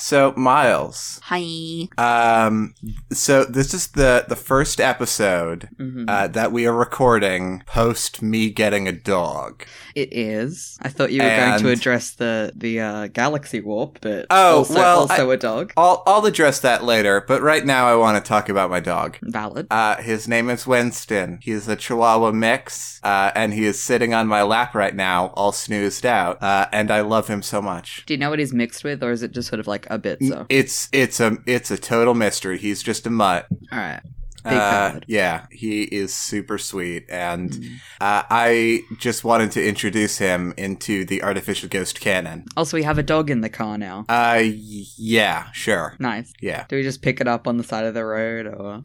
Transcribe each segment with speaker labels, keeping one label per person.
Speaker 1: So Miles,
Speaker 2: Hi.
Speaker 1: um, so this is the the first episode
Speaker 2: Mhm.
Speaker 1: uh, that we are recording post me getting a dog.
Speaker 2: it is. I thought you were going to
Speaker 1: And-
Speaker 2: address the the uh, galaxy warp, but
Speaker 1: Oh,
Speaker 2: also,
Speaker 1: well,
Speaker 2: also a dog.
Speaker 1: I'll I'll address that later, but right now I want to talk about my dog.
Speaker 2: Valid.
Speaker 1: Uh, his name is Winston. He is a Chihuahua mix, uh, and he is sitting on my lap right now, all snoozed out. Uh, and I love him so much.
Speaker 2: Do you know what he's mixed with, or is it just sort of like a bit?
Speaker 1: Mm.
Speaker 2: So,
Speaker 1: It's it's a it's a total mystery. He's just a mutt.
Speaker 2: all right. Big
Speaker 1: Uh,
Speaker 2: bad.
Speaker 1: yeah, he is super sweet, and
Speaker 2: Mm.
Speaker 1: uh, I just wanted to introduce him into the artificial ghost canon.
Speaker 2: Also, we have a dog in the car now.
Speaker 1: Uh, y- yeah, sure,
Speaker 2: Nice.
Speaker 1: yeah,
Speaker 2: Do we just pick it up on the side of the road, or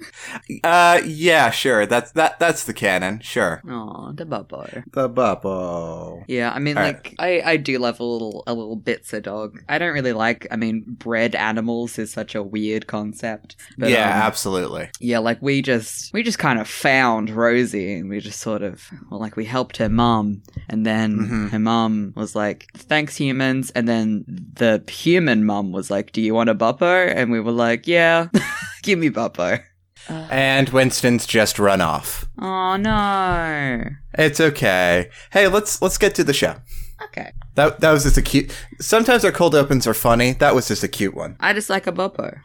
Speaker 1: uh, yeah, sure. That's that. That's the canon, sure.
Speaker 2: oh, the bubbo?
Speaker 1: The bubble.
Speaker 2: Yeah, I mean,
Speaker 1: All right.
Speaker 2: like, I, I do love a little a little bits of dog. I don't really like. I mean, bred animals is such a weird concept. But,
Speaker 1: yeah,
Speaker 2: um,
Speaker 1: absolutely.
Speaker 2: yeah. Like we just we just kind of found Rosie, and we just sort of well, like we helped her mum, and then
Speaker 1: Mhm.
Speaker 2: her mum was like, "Thanks, humans," and then the human mum was like, "Do you want a buppo?" And we were like, "Yeah, give me buppo."
Speaker 1: And Winston's just run off.
Speaker 2: Oh no.
Speaker 1: It's okay. Hey, let's let's get to the show.
Speaker 2: Okay,
Speaker 1: That that was just a cute. Sometimes our cold opens are funny. That was just a cute one.
Speaker 2: I just like a buppo.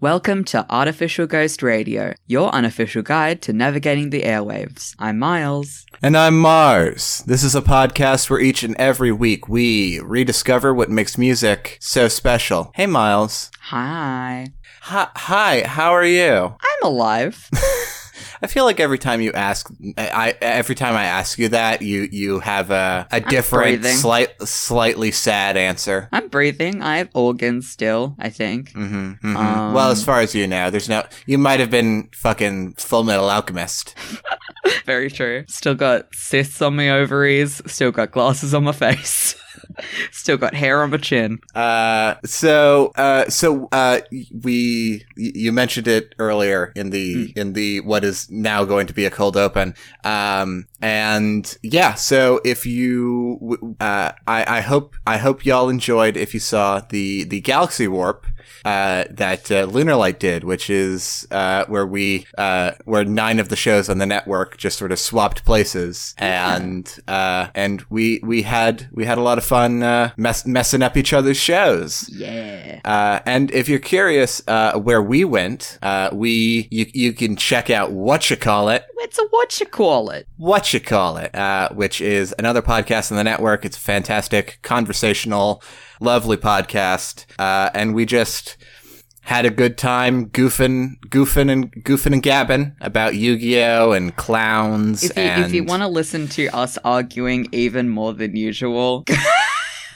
Speaker 2: Welcome to Artificial Ghost Radio, your unofficial guide to navigating the airwaves. I'm Miles.
Speaker 1: And I'm Mars. This is a podcast where each and every week we rediscover what makes music so special. Hey, Miles.
Speaker 2: Hi.
Speaker 1: Hi, hi how are you?
Speaker 2: I'm alive.
Speaker 1: I feel like every time you ask, I, I every time I ask you that, you you have a, a different,
Speaker 2: breathing.
Speaker 1: slight, slightly sad answer.
Speaker 2: I'm breathing. I have organs still, I think.
Speaker 1: hmm hmm
Speaker 2: Um,
Speaker 1: well, as far as you know, there's no. You might have been fucking Full Metal Alchemist.
Speaker 2: Very true. Still got cysts on my ovaries, still got glasses on my face, still got hair on my chin.
Speaker 1: Uh, so uh, so uh, y- we y- you mentioned it earlier in the
Speaker 2: Hmm.
Speaker 1: in the what is now going to be a cold open. Um, and yeah, so if you w- uh, I I hope I hope y'all enjoyed if you saw the the galaxy warp. Uh, that uh, Lunar Light did, which is uh, where we uh, where nine of the shows on the network just sort of swapped places, and uh, and we we had we had a lot of fun uh, mess- messing up each other's shows.
Speaker 2: Yeah.
Speaker 1: Uh, and if you're curious uh, where we went, uh, we you, you can check out what you call it,
Speaker 2: It's a what you call it.
Speaker 1: what you call it, uh, which is another podcast on the network. It's a fantastic, conversational, lovely podcast, uh, and we just had a good time goofing, goofing, and goofing and gabbing about Yu-Gi-Oh and clowns.
Speaker 2: If you,
Speaker 1: and
Speaker 2: if you want to listen to us arguing even more than usual,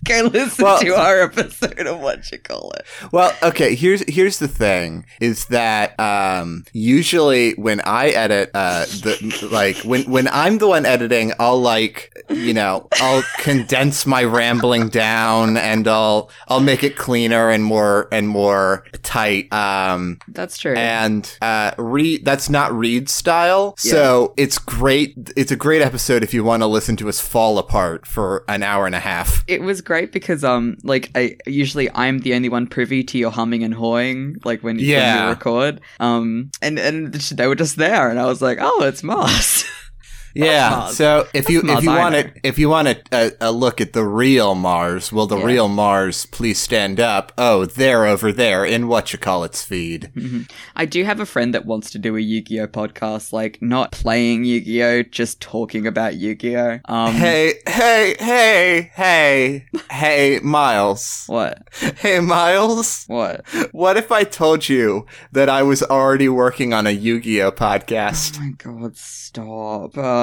Speaker 2: go listen
Speaker 1: Well-
Speaker 2: to our episode of What You Call It.
Speaker 1: Well, okay. Here's here's the thing: is that um, usually when I edit, uh, the like when when I'm the one editing, I'll like you know I'll condense my rambling down and I'll I'll make it cleaner and more and more tight. Um,
Speaker 2: That's true.
Speaker 1: and uh, Reed, that's not Reed's style. So it's great. It's a great episode if you want to listen to us fall apart for an hour and a half.
Speaker 2: it was great because um like I usually I'm the only one privy to your humming and hawing like when, when
Speaker 1: Yeah.
Speaker 2: you record um and and they were just there and I was like oh it's Mars
Speaker 1: Yeah.
Speaker 2: Mars.
Speaker 1: So if you
Speaker 2: Mars
Speaker 1: if you
Speaker 2: I
Speaker 1: want
Speaker 2: know.
Speaker 1: it if you want a, a, a look at the real Mars, will the
Speaker 2: Yeah.
Speaker 1: real Mars please stand up? Oh, they're over there in what you call its feed.
Speaker 2: Mm-hmm. I do have a friend that wants to do a Yu-Gi-Oh podcast, like not playing Yu-Gi-Oh, just talking about Yu-Gi-Oh. Um,
Speaker 1: Hey, hey, hey, hey, hey, Miles.
Speaker 2: what?
Speaker 1: Hey, Miles.
Speaker 2: What? Oh
Speaker 1: What if I told you that I was already working on a Yu-Gi-Oh podcast?
Speaker 2: Oh my god, stop. Uh,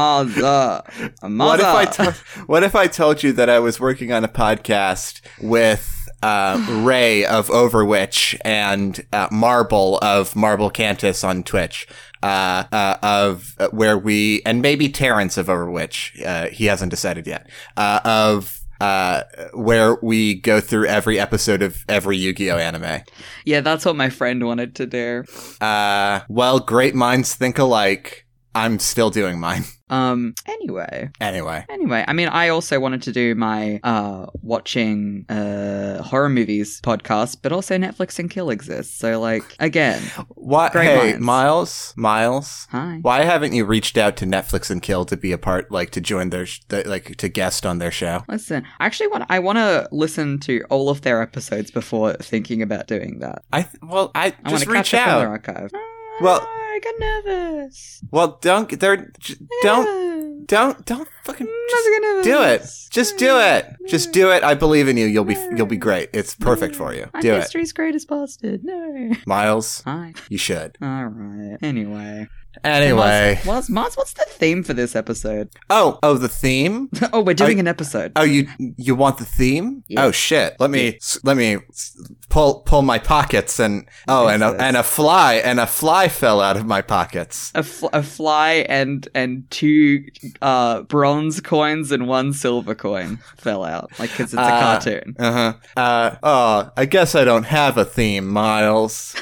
Speaker 2: mother. Mother.
Speaker 1: What if I to- what if I told you that I was working on a podcast with uh, Ray of Overwitch and uh, Marble of Marble Cantus on Twitch? Uh, uh, of uh, where we and maybe Terrence of Overwitch. Uh, he hasn't decided yet. Uh, of uh, where we go through every episode of every Yu-Gi-Oh anime.
Speaker 2: yeah, that's what my friend wanted to do.
Speaker 1: Uh, well, great minds think alike. I'm still doing mine
Speaker 2: Um, anyway.
Speaker 1: anyway.
Speaker 2: Anyway, I mean, I also wanted to do my uh, watching uh, horror movies podcast, but also Netflix and Kill exists. So, like, again,
Speaker 1: Why,
Speaker 2: Great
Speaker 1: hey,
Speaker 2: minds.
Speaker 1: Miles, Miles,
Speaker 2: hi.
Speaker 1: why haven't you reached out to Netflix and Kill to be a part, like to join their, sh- the, like to guest on their show?
Speaker 2: Listen, I actually want I want to listen to all of their episodes before thinking about doing that.
Speaker 1: I th- well, I
Speaker 2: I want
Speaker 1: just
Speaker 2: to
Speaker 1: reach
Speaker 2: catch up on
Speaker 1: out.
Speaker 2: their archive. Ah,
Speaker 1: Well-
Speaker 2: I got nervous.
Speaker 1: Well, don't they're j-
Speaker 2: I got
Speaker 1: don't
Speaker 2: nervous.
Speaker 1: don't don't fucking
Speaker 2: Mm,
Speaker 1: just
Speaker 2: I got
Speaker 1: do it.
Speaker 2: nervous.
Speaker 1: Just do it. Just do it. I believe in you. You'll be you'll be great. It's perfect
Speaker 2: Mm.
Speaker 1: for you.
Speaker 2: I'm
Speaker 1: Do it,
Speaker 2: history's greatest bastard. No.
Speaker 1: Miles.
Speaker 2: Hi.
Speaker 1: You should.
Speaker 2: All right. Anyway.
Speaker 1: Anyway.
Speaker 2: Mars, Mars, Mars, what's the theme for this episode?
Speaker 1: Oh, oh, the theme.
Speaker 2: oh, we're doing an episode.
Speaker 1: Oh, you you want the theme?
Speaker 2: Yeah.
Speaker 1: Oh shit! Let me s- let me s- pull pull my pockets and oh
Speaker 2: What
Speaker 1: and
Speaker 2: is
Speaker 1: a,
Speaker 2: this?
Speaker 1: and a fly and a fly fell out of my pockets.
Speaker 2: a, fl- a fly and and two uh, bronze coins and one silver coin fell out, like because it's a
Speaker 1: Uh,
Speaker 2: cartoon.
Speaker 1: Uh-huh. Uh oh, I guess I don't have a theme, Miles.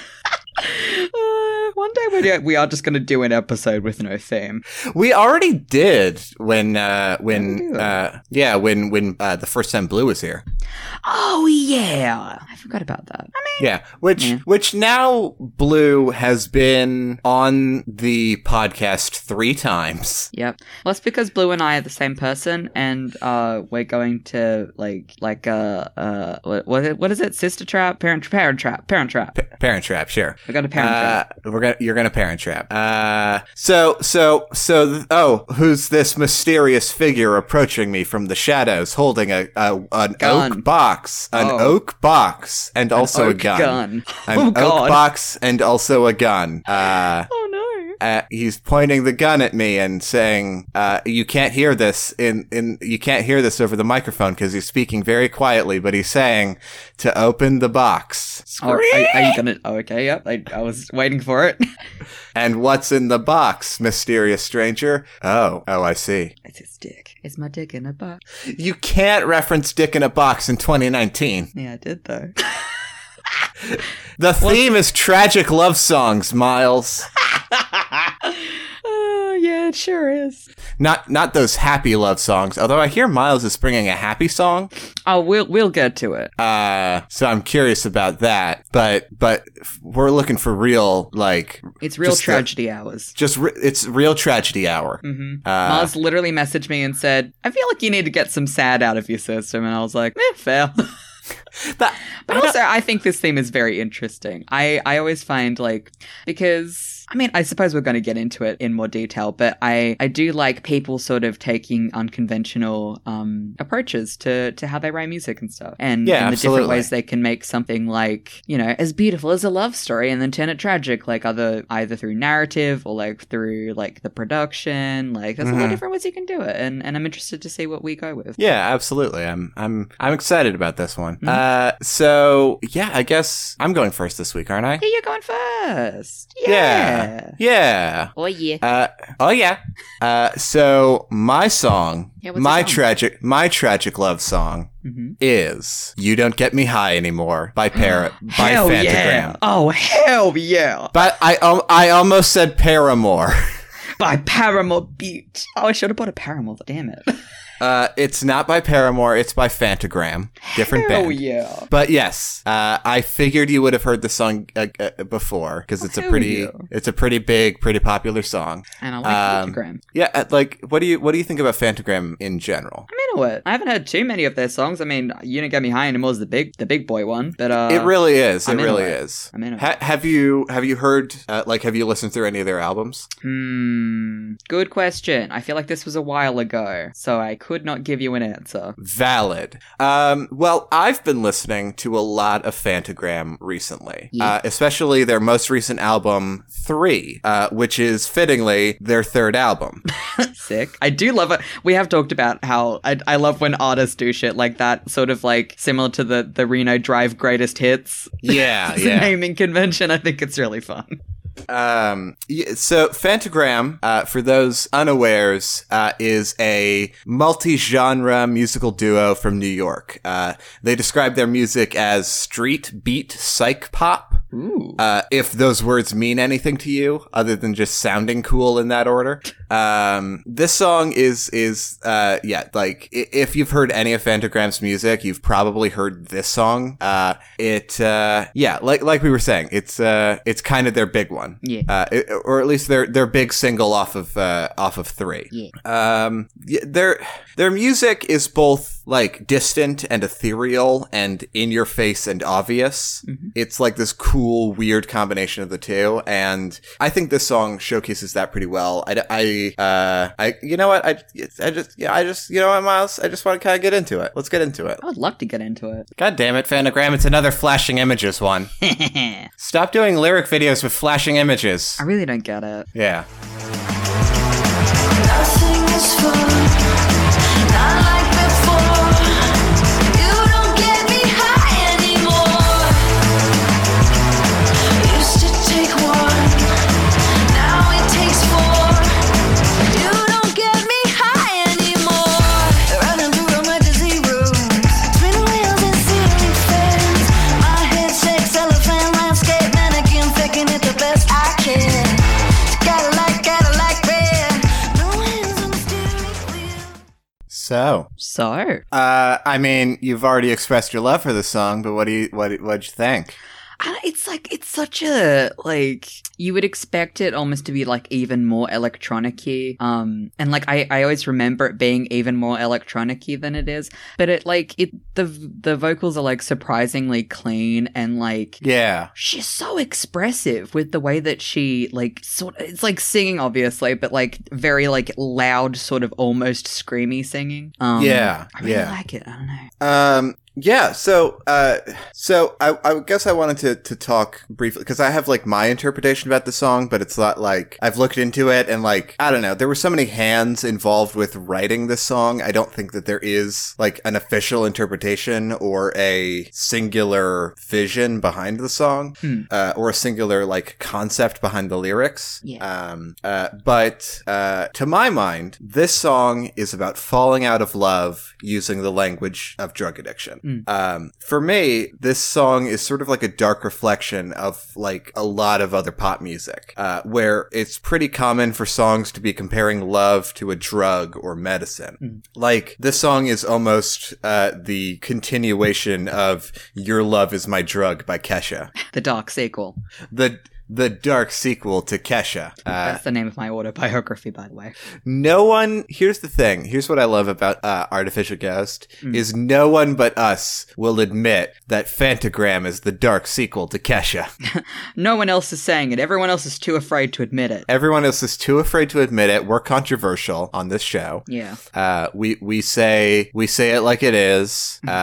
Speaker 2: Uh, one day we do, we are just going to do an episode with no theme.
Speaker 1: We already did when uh
Speaker 2: Did we
Speaker 1: when
Speaker 2: do that?
Speaker 1: uh yeah, when when uh, the first time Blue was here.
Speaker 2: Oh yeah, I forgot about that. I mean,
Speaker 1: Yeah, which
Speaker 2: Yeah.
Speaker 1: which now Blue has been on the podcast 3 times.
Speaker 2: yep. Well, it's because Blue and I are the same person, and uh, we're going to like like uh uh what what is it, what is it? Sister trap, parent parent trap, parent trap.
Speaker 1: Parent Trap, sure.
Speaker 2: We're going to parent trap.
Speaker 1: Uh, we're gonna you're gonna parent trap. Uh, so so so. th- oh, who's this mysterious figure approaching me from the shadows, holding a, a an
Speaker 2: Gun.
Speaker 1: oak box, an
Speaker 2: Oh.
Speaker 1: oak box, and also
Speaker 2: Oak
Speaker 1: a gun. An
Speaker 2: Oh
Speaker 1: oak
Speaker 2: god.
Speaker 1: box and also a gun. Uh,
Speaker 2: Oh no.
Speaker 1: uh, he's pointing the gun at me and saying, uh, "You can't hear this in in you can't hear this over the microphone because he's speaking very quietly, but he's saying to open the box."
Speaker 2: Oh, are, are you gonna? Oh, okay, yep. I, I was waiting for it.
Speaker 1: And what's in the box, mysterious stranger? Oh, oh, I see.
Speaker 2: it's his dick. It's my dick in a box.
Speaker 1: You can't reference Dick in a Box in 2019.
Speaker 2: Yeah, I did though.
Speaker 1: The theme is tragic love songs, Miles.
Speaker 2: oh yeah, it sure is.
Speaker 1: Not not those happy love songs, although I hear Miles is bringing a happy song.
Speaker 2: Oh, we'll we'll get to it.
Speaker 1: Uh, so I'm curious about that. But but we're looking for real like
Speaker 2: It's real
Speaker 1: Just the-
Speaker 2: tragedy hours.
Speaker 1: just re- it's real tragedy hour.
Speaker 2: hmm
Speaker 1: Uh,
Speaker 2: Mars literally messaged me and said, "I feel like you need to get some sad out of your system," and I was like, "Eh, fair."
Speaker 1: but
Speaker 2: But also, I think this theme is very interesting. I, I always find like because I mean, I suppose we're going to get into it in more detail, but I, I do like people sort of taking unconventional um, approaches to, to how they write music and stuff, and,
Speaker 1: Yeah,
Speaker 2: and the different
Speaker 1: absolutely.
Speaker 2: ways they can make something like you know as beautiful as a love story and then turn it tragic, like other either through narrative or like through like the production. Like there's a lot
Speaker 1: Mhm.
Speaker 2: of different ways you can do it, and and I'm interested to see what we go with.
Speaker 1: Yeah, absolutely. I'm I'm I'm excited about this one.
Speaker 2: Mhm.
Speaker 1: Uh, so yeah, I guess I'm going first this week, aren't I?
Speaker 2: Yeah, you're going first.
Speaker 1: Yeah. Yeah.
Speaker 2: Oh yeah.
Speaker 1: Uh, oh yeah. Uh, so my song,
Speaker 2: Yeah, what's
Speaker 1: my
Speaker 2: the song?
Speaker 1: tragic, my tragic love song
Speaker 2: Mm-hmm.
Speaker 1: is "You Don't Get Me High Anymore" by Para by
Speaker 2: hell
Speaker 1: Fantagram.
Speaker 2: yeah! Oh hell yeah!
Speaker 1: But I um, I almost said Paramore.
Speaker 2: By Paramore Butte. Oh, I should have bought a Paramore. Damn it!
Speaker 1: Uh, it's not by Paramore. It's by Fantagram. Different
Speaker 2: Hell
Speaker 1: band.
Speaker 2: yeah.
Speaker 1: But yes, uh, I figured you would have heard the song uh, uh, before because it's a
Speaker 2: hell
Speaker 1: pretty,
Speaker 2: yeah.
Speaker 1: it's a pretty big, pretty popular song.
Speaker 2: And I like
Speaker 1: Um,
Speaker 2: Instagram.
Speaker 1: Yeah, uh, like what do you what do you think about Fantagram in general?
Speaker 2: I mean, what? I haven't heard too many of their songs. I mean, You Don't Get Me High anymore is the big, the big boy one, but uh,
Speaker 1: it really is.
Speaker 2: I'm
Speaker 1: it
Speaker 2: into
Speaker 1: really
Speaker 2: it.
Speaker 1: is.
Speaker 2: I'm into it.
Speaker 1: Ha- have you have you heard uh, like have you listened through any of their albums?
Speaker 2: Hmm. Good question. I feel like this was a while ago, so I could not give you an answer.
Speaker 1: Valid. Um, well, I've been listening to a lot of Fantagram recently,
Speaker 2: Yeah.
Speaker 1: uh, especially their most recent album, Three, uh, which is fittingly their third album.
Speaker 2: Sick. I do love it. We have talked about how I, I love when artists do shit like that, sort of like similar to the, the Reno Drive Greatest Hits
Speaker 1: Oh, yeah,
Speaker 2: It's a naming convention. I think it's really fun.
Speaker 1: Um, y- so Fantagram, uh, for those unawares, uh, is a multi-genre musical duo from New York. Uh, they describe their music as street beat psych pop.
Speaker 2: Ooh.
Speaker 1: Uh, if those words mean anything to you, other than just sounding cool in that order, um, this song is is uh, yeah, like i- if you've heard any of Fantagram's music, you've probably heard this song. Uh, it uh, yeah, like like we were saying, it's uh, it's kind of their big one
Speaker 2: yeah.
Speaker 1: uh, it- or at least their their big single off of uh, off of three.
Speaker 2: Yeah.
Speaker 1: Um, y- their their music is both like distant and ethereal and in your face and obvious.
Speaker 2: Mhm.
Speaker 1: It's like this cool, weird combination of the two, and I think this song showcases that pretty well. I, d- I, uh, I you know what I I just yeah I just you know what Miles I just want to kind of get into it. Let's get into it.
Speaker 2: I would love to get into it.
Speaker 1: God damn it, Fanagram! It's another flashing images one.
Speaker 2: I
Speaker 1: Stop doing lyric videos with flashing images.
Speaker 2: really don't get it.
Speaker 1: Yeah.
Speaker 3: Nothing is fun, not like before. You don't get me high anymore. Used to take one, now it takes four. You don't get me high anymore. Running through my dizzy rooms, spinning wheels and ceiling fans. My head shakes, elephant landscape mannequin, faking it the best I can. Cadillac, Cadillac red. No hands on the steering wheel.
Speaker 1: So,
Speaker 2: So,
Speaker 1: uh, I mean, you've already expressed your love for the song, but what do you what what'd you think?
Speaker 2: I, it's like it's such a like you would expect it almost to be like even more electronic-y. Um, and like I, I always remember it being even more electronic-y than it is. But it like it the the vocals are like surprisingly clean and like
Speaker 1: Yeah,
Speaker 2: she's so expressive with the way that she like sort it's like singing obviously but like very like loud sort of almost screamy singing um
Speaker 1: Yeah,
Speaker 2: i really
Speaker 1: yeah.
Speaker 2: like it i don't know
Speaker 1: um, yeah. So, uh, so I, I guess I wanted to to talk briefly because I have like my interpretation about the song, but it's not like I've looked into it and like I don't know. There were so many hands involved with writing this song. I don't think that there is like an official interpretation or a singular vision behind the song.
Speaker 2: Hmm.
Speaker 1: uh, or a singular like concept behind the lyrics.
Speaker 2: Yeah.
Speaker 1: Um, uh, but uh, to my mind, this song is about falling out of love using the language of drug addiction.
Speaker 2: Mm.
Speaker 1: Um, for me, this song is sort of like a dark reflection of like a lot of other pop music, uh, where it's pretty common for songs to be comparing love to a drug or medicine like this song is almost uh, the continuation of "Your Love Is My Drug" by Kesha,
Speaker 2: the dark sequel
Speaker 1: the the dark sequel to Kesha. Uh,
Speaker 2: that's the name of my autobiography by the way
Speaker 1: no one. Here's the thing. Here's what I love about uh, Artificial Ghost
Speaker 2: Hmm.
Speaker 1: is no one but us will admit that Fantagram is the dark sequel to Kesha.
Speaker 2: no one else is saying it everyone else is too afraid to admit it
Speaker 1: Everyone else is too afraid to admit it. We're controversial on this show.
Speaker 2: yeah
Speaker 1: Uh, we we say we say it like it is. Um,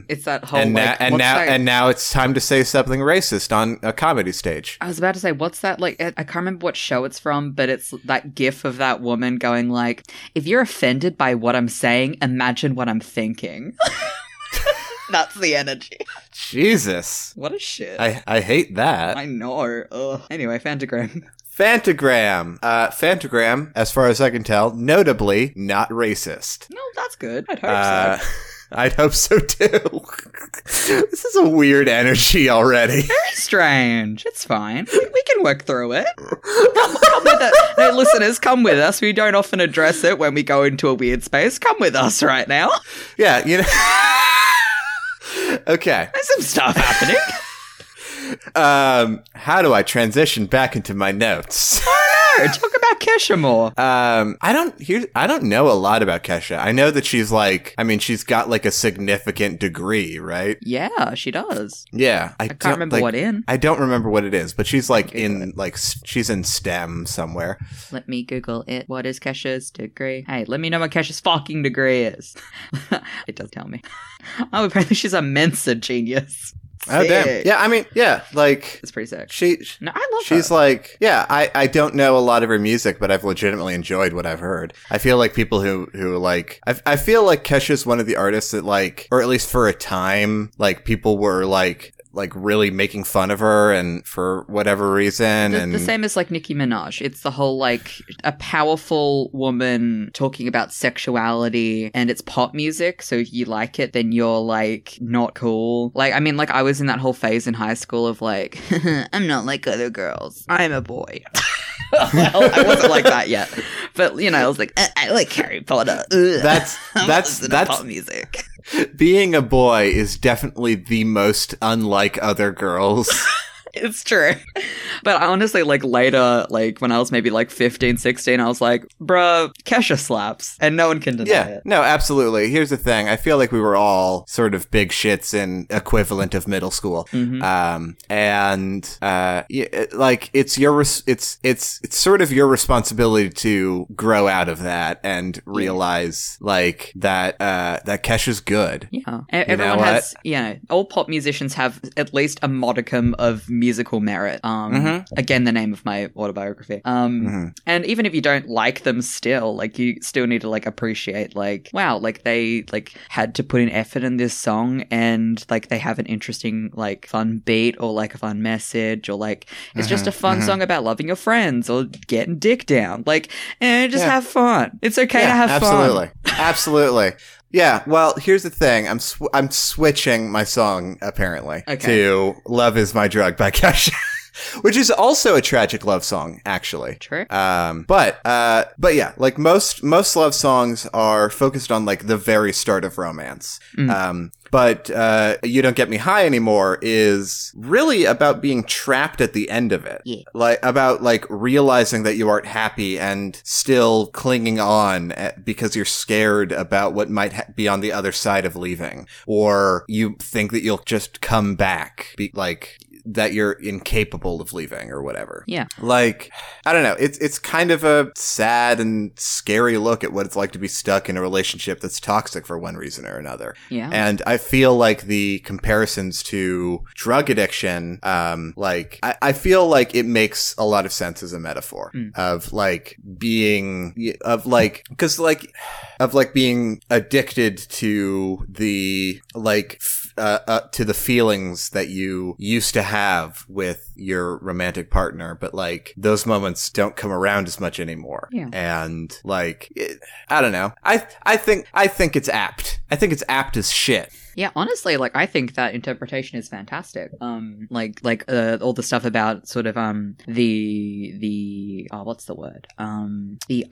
Speaker 2: Hmm. it's that whole
Speaker 1: and now,
Speaker 2: like,
Speaker 1: and
Speaker 2: what's
Speaker 1: now,
Speaker 2: that-
Speaker 1: and now it's time to say something racist on a comedy stage.
Speaker 2: I was about to say, what's that like? I I can't remember what show it's from, but it's that gif of that woman going like, "If you're offended by what I'm saying, imagine what I'm thinking." That's the energy.
Speaker 1: Jesus,
Speaker 2: What a shit. I,
Speaker 1: I I hate that.
Speaker 2: know. Ugh. Anyway, Fantagram.
Speaker 1: Fantagram, uh, Fantagram, as far as I can tell, notably not racist.
Speaker 2: No, that's good. I'd hope
Speaker 1: Uh,
Speaker 2: so.
Speaker 1: I'd hope so too. this is a weird energy already.
Speaker 2: Very strange. It's fine. We, we can work through it. Come, come with it. Hey, listeners, come with us. We don't often address it when we go into a weird space. Come with us right now.
Speaker 1: Yeah, you know. okay.
Speaker 2: There's some stuff happening.
Speaker 1: Um, how do I transition back into my notes?
Speaker 2: No, talk about Kesha more.
Speaker 1: Um, I don't here. I don't know a lot about Kesha. I know that she's like. I mean, she's got like a significant degree, right?
Speaker 2: Yeah, she does.
Speaker 1: Yeah, I,
Speaker 2: I can't remember what in.
Speaker 1: I don't remember what it is, but she's like in like s- she's in STEM somewhere.
Speaker 2: Let me Google it. What is Kesha's degree? Hey, let me know what Kesha's fucking degree is. it does tell me. Oh, apparently she's a Mensa genius.
Speaker 1: Oh damn!
Speaker 2: Sick.
Speaker 1: Yeah, I mean, yeah, like
Speaker 2: It's pretty sick.
Speaker 1: she.
Speaker 2: No, I love
Speaker 1: She's
Speaker 2: her.
Speaker 1: like, yeah, I, I don't know a lot of her music, but I've legitimately enjoyed what I've heard. I feel like people who, who like, I, I feel like Kesha's one of the artists that like, or at least for a time, like people were like, like really making fun of her and for whatever reason.
Speaker 2: The,
Speaker 1: and
Speaker 2: the same as like Nicki Minaj. It's the whole like a powerful woman talking about sexuality and it's pop music. So if you like it, then you're like not cool. Like, I mean, like I was in that whole phase in high school of like, I'm not like other girls. I'm a boy. well, I wasn't like that yet. But, you know, I was like, "Uh, I, I like Harry Potter. Ugh.
Speaker 1: That's-
Speaker 2: I'm
Speaker 1: that's-
Speaker 2: listening to
Speaker 1: that's-
Speaker 2: pop music.
Speaker 1: being a boy is definitely the most unlike other girls.
Speaker 2: It's true. But I honestly, like later, like when I was maybe like 15, 16, I was like, bruh, Kesha slaps. And no one can deny
Speaker 1: yeah,
Speaker 2: it.
Speaker 1: no, absolutely. Here's the thing. I feel like we were all sort of big shits in equivalent of middle school.
Speaker 2: Mhm.
Speaker 1: um and uh y- it- like it's your res- it's it's it's sort of your responsibility to grow out of that and realize like that uh that Kesha's good
Speaker 2: Yeah. E-
Speaker 1: You know
Speaker 2: Everyone
Speaker 1: what?
Speaker 2: has, you know, all pop musicians have at least a modicum of musical merit. Um,
Speaker 1: Mhm.
Speaker 2: Again, the name of my autobiography. Um,
Speaker 1: Mhm.
Speaker 2: And even if you don't like them still, like, you still need to, like, appreciate, like, wow, like, they, like, had to put in effort in this song and, like, they have an interesting, like, fun beat or, like, a fun message or, like, it's just
Speaker 1: Mhm,
Speaker 2: a fun
Speaker 1: mhm.
Speaker 2: song about loving your friends or getting dick down. Like, and just
Speaker 1: Yeah.
Speaker 2: have fun. It's okay to have fun.
Speaker 1: absolutely absolutely yeah well here's the thing I'm sw- I'm switching my song apparently
Speaker 2: Okay.
Speaker 1: to Love Is My Drug by Kesha which is also a tragic love song actually
Speaker 2: True.
Speaker 1: Um, but uh, but yeah, like most most love songs are focused on like the very start of romance.
Speaker 2: Mm.
Speaker 1: Um, but uh, you don't get me high anymore is really about being trapped at the end of it.
Speaker 2: Yeah.
Speaker 1: Like about like realizing that you aren't happy and still clinging on at, because you're scared about what might ha- be on the other side of leaving, or you think that you'll just come back, be, like that you're incapable of leaving or whatever.
Speaker 2: Yeah.
Speaker 1: Like I don't know. It's it's kind of a sad and scary look at what it's like to be stuck in a relationship that's toxic for one reason or another.
Speaker 2: Yeah.
Speaker 1: And I feel like the comparisons to drug addiction, um, like I, I feel like it makes a lot of sense as a metaphor
Speaker 2: Mm.
Speaker 1: of like being of like because like of like being addicted to the like f- uh, uh, to the feelings that you used to have with your romantic partner, but like those moments don't come around as much anymore.
Speaker 2: Yeah.
Speaker 1: And like it, I don't know. I I think I think it's apt. I think it's apt as shit.
Speaker 2: Yeah, honestly, like I think that interpretation is fantastic. Um, like like uh, all the stuff about sort of um the the oh what's the word um the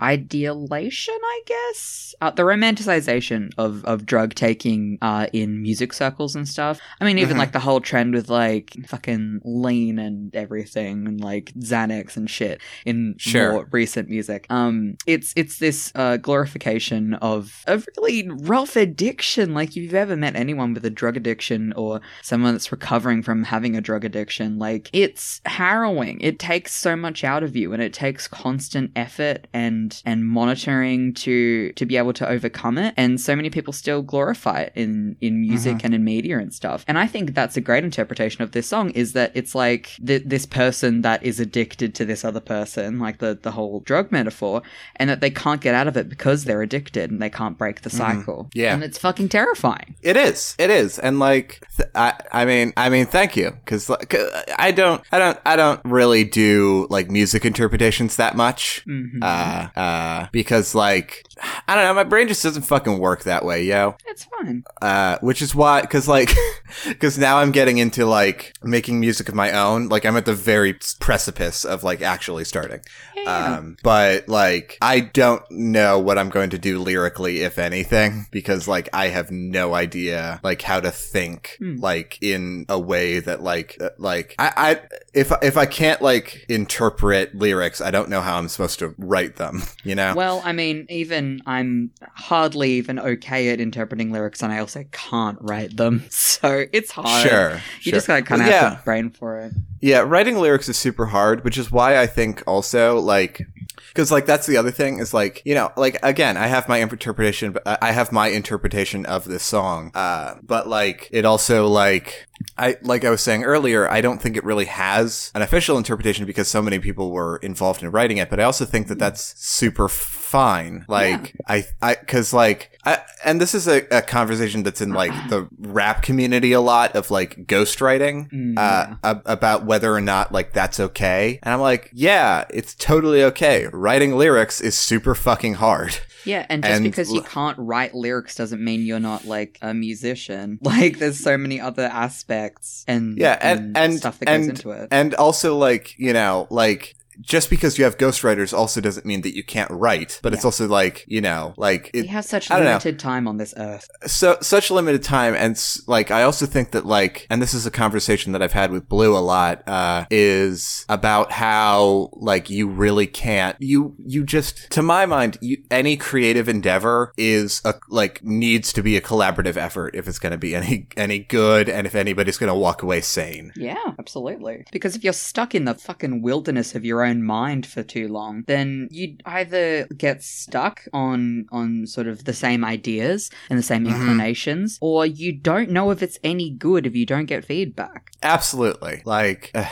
Speaker 2: idealization I guess uh, the romanticization of of drug taking uh in music circles and stuff. I mean, even
Speaker 1: Mhm.
Speaker 2: like the whole trend with like fucking lean and everything and like Xanax and shit in
Speaker 1: Sure.
Speaker 2: more recent music. Um, it's it's this uh, glorification of a really rough addiction. Like if you've ever met anyone with a drug addiction or someone that's recovering from having a drug addiction, like it's harrowing. It takes so much out of you, and it takes constant effort and and monitoring to to be able to overcome it. And so many people still glorify it in in music
Speaker 1: Mm-hmm.
Speaker 2: and in media and stuff. And I think that's a great interpretation of this song is that it's like th- this person that is addicted to this other person, like the the whole drug metaphor, and that they can't get out of it because they're addicted and they can't break the
Speaker 1: Mhm.
Speaker 2: cycle.
Speaker 1: Yeah.
Speaker 2: and it's fucking terrifying.
Speaker 1: It is. is. It is. And like, th- I, I mean, I mean, thank you, because like, uh, I don't, I don't, I don't really do like music interpretations that much,
Speaker 2: Mhm.
Speaker 1: uh, uh, because like, I don't know, my brain just doesn't fucking work that way, yo.
Speaker 2: It's fine.
Speaker 1: Uh, which is why, because like, because now I'm getting into like making music of my own. Like I'm at the very precipice of like actually starting.
Speaker 2: Yeah.
Speaker 1: Um, but like, I don't know what I'm going to do lyrically, if anything, because like I have no idea like how to think
Speaker 2: Hmm.
Speaker 1: like in a way that like that, like I, I if if I can't like interpret lyrics, I don't know how I'm supposed to write them. You know.
Speaker 2: well, I mean, even I'm hardly even okay at interpreting lyrics, and I also can't write them, so it's hard.
Speaker 1: Sure.
Speaker 2: You
Speaker 1: sure.
Speaker 2: just gotta kind of
Speaker 1: Yeah.
Speaker 2: have the brain for it.
Speaker 1: Yeah, writing lyrics is super hard, which is why I think also like because like that's the other thing is like you know like again I have my interpretation but I I have my interpretation of this song, uh, but like it also like I like I was saying earlier I don't think it really has an official interpretation because so many people were involved in writing it, but I also think that that's super fine. Like I I because like I, and this is a, a conversation that's in like the rap community a lot of like ghostwriting
Speaker 2: Mm,
Speaker 1: uh, ab- about whether or not like that's okay. And I'm like, yeah, it's totally okay. Writing lyrics is super fucking hard.
Speaker 2: Yeah, and just
Speaker 1: And
Speaker 2: because you
Speaker 1: l-
Speaker 2: can't write lyrics doesn't mean you're not like a musician. Like there's so many other aspects and
Speaker 1: Yeah, and- and-
Speaker 2: stuff that
Speaker 1: and-
Speaker 2: goes into it.
Speaker 1: And also like, you know, like just because you have ghostwriters also doesn't mean that you can't write, but it's
Speaker 2: Yeah.
Speaker 1: also like, you know, like
Speaker 2: we
Speaker 1: it,
Speaker 2: have such
Speaker 1: I don't know.
Speaker 2: limited time on this earth.
Speaker 1: so such limited time and s- like i also think that like and this is a conversation that i've had with blue a lot uh is about how like you really can't you you just to my mind you, any creative endeavor is a like needs to be a collaborative effort if it's going to be any any good and if anybody's going to walk away sane
Speaker 2: Yeah, absolutely. Because if you're stuck in the fucking wilderness of your own mind for too long, then you either get stuck on on sort of the same ideas and the same
Speaker 1: Mhm.
Speaker 2: inclinations, or you don't know if it's any good if you don't get feedback.
Speaker 1: absolutely like uh,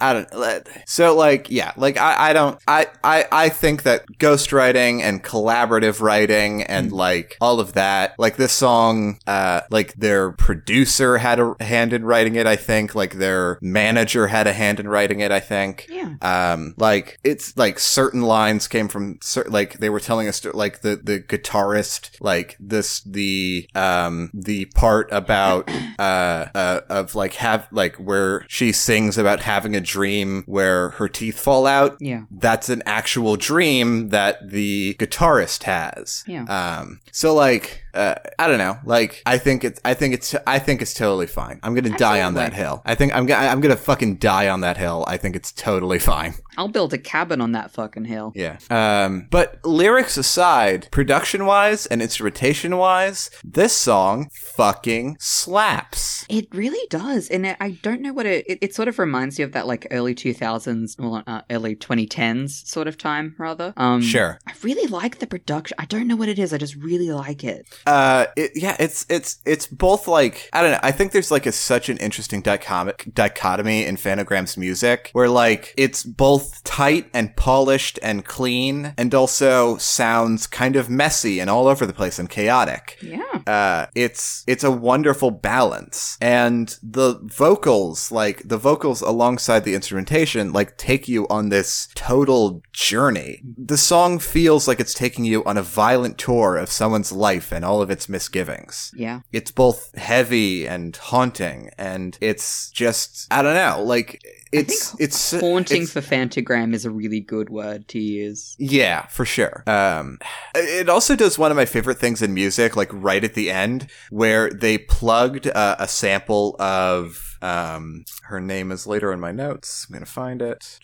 Speaker 1: I don't let- so like yeah like I, I don't I, I I think that ghostwriting and collaborative writing and like all of that like this song uh like their producer had a hand in writing it I think like their manager had a hand in writing it I think
Speaker 2: Yeah.
Speaker 1: um like it's like certain lines came from cer- like they were telling us like the the guitarist like this the um the part about uh, uh of like have like where she sings about having a dream where her teeth fall out
Speaker 2: Yeah.
Speaker 1: that's an actual dream that the guitarist has.
Speaker 2: Yeah.
Speaker 1: Um. So like, uh, I don't know. Like, I think it's, I think it's, I think it's totally fine. I'm gonna die on that
Speaker 2: Absolutely.
Speaker 1: hill. I think I'm, go- I'm gonna fucking die on that hill. I think it's totally fine.
Speaker 2: I'll build a cabin on that fucking hill.
Speaker 1: Yeah. Um. But lyrics aside, production wise and instrumentation wise, this song fucking slaps.
Speaker 2: It really does, and it, I don't know what it, it. It sort of reminds you of that like early two thousands, well, uh, early twenty tens sort of time, rather. Um,
Speaker 1: Sure.
Speaker 2: I really like the production. I don't know what it is. I just really like it.
Speaker 1: uh it, yeah it's it's it's both like i don't know i think there's like a such an interesting dichotomy, dichotomy in fanogram's music where like it's both tight and polished and clean and also sounds kind of messy and all over the place and chaotic
Speaker 2: Yeah.
Speaker 1: uh, it's it's a wonderful balance, and the vocals, like the vocals alongside the instrumentation, like take you on this total journey. The song feels like it's taking you on a violent tour of someone's life and all of its misgivings.
Speaker 2: Yeah.
Speaker 1: It's both heavy and haunting, and it's just I don't know, like it's
Speaker 2: think
Speaker 1: it's
Speaker 2: Haunting
Speaker 1: it's-
Speaker 2: for Fantagram is a really good word to use.
Speaker 1: yeah, for sure. Um, it also does one of my favorite things in music, like right at the end, where they plugged uh, a sample of um, her name is later in my notes. I'm gonna find it.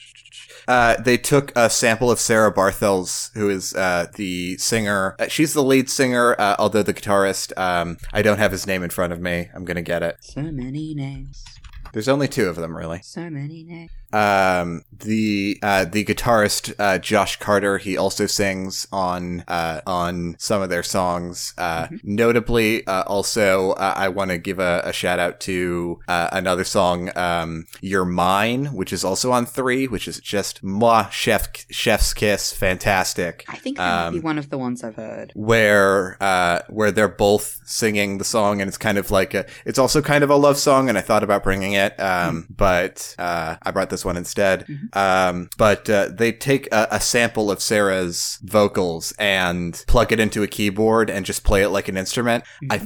Speaker 1: Uh, they took a sample of Sarah Barthel's, who is uh, the singer. uh, She's the lead singer, uh, although the guitarist. Um, I don't have his name in front of me. I'm gonna get it.
Speaker 2: So many names.
Speaker 1: There's only two of them, really.
Speaker 2: So many names.
Speaker 1: Um, the uh, the guitarist uh, Josh Carter. He also sings on uh, on some of their songs. Uh, Notably, uh, also uh, I want to give a, a shout out to uh, another song, um, "You're Mine," which is also on three, which is just ma chef chef's kiss, fantastic
Speaker 2: I think that might be
Speaker 1: Um,
Speaker 2: one of the ones I've heard.
Speaker 1: where uh where they're both singing the song and it's kind of like a it's also kind of a love song and i thought about bringing it um but uh i brought this one instead um but uh, they take a, a sample of sarah's vocals and plug it into a keyboard and just play it like an instrument i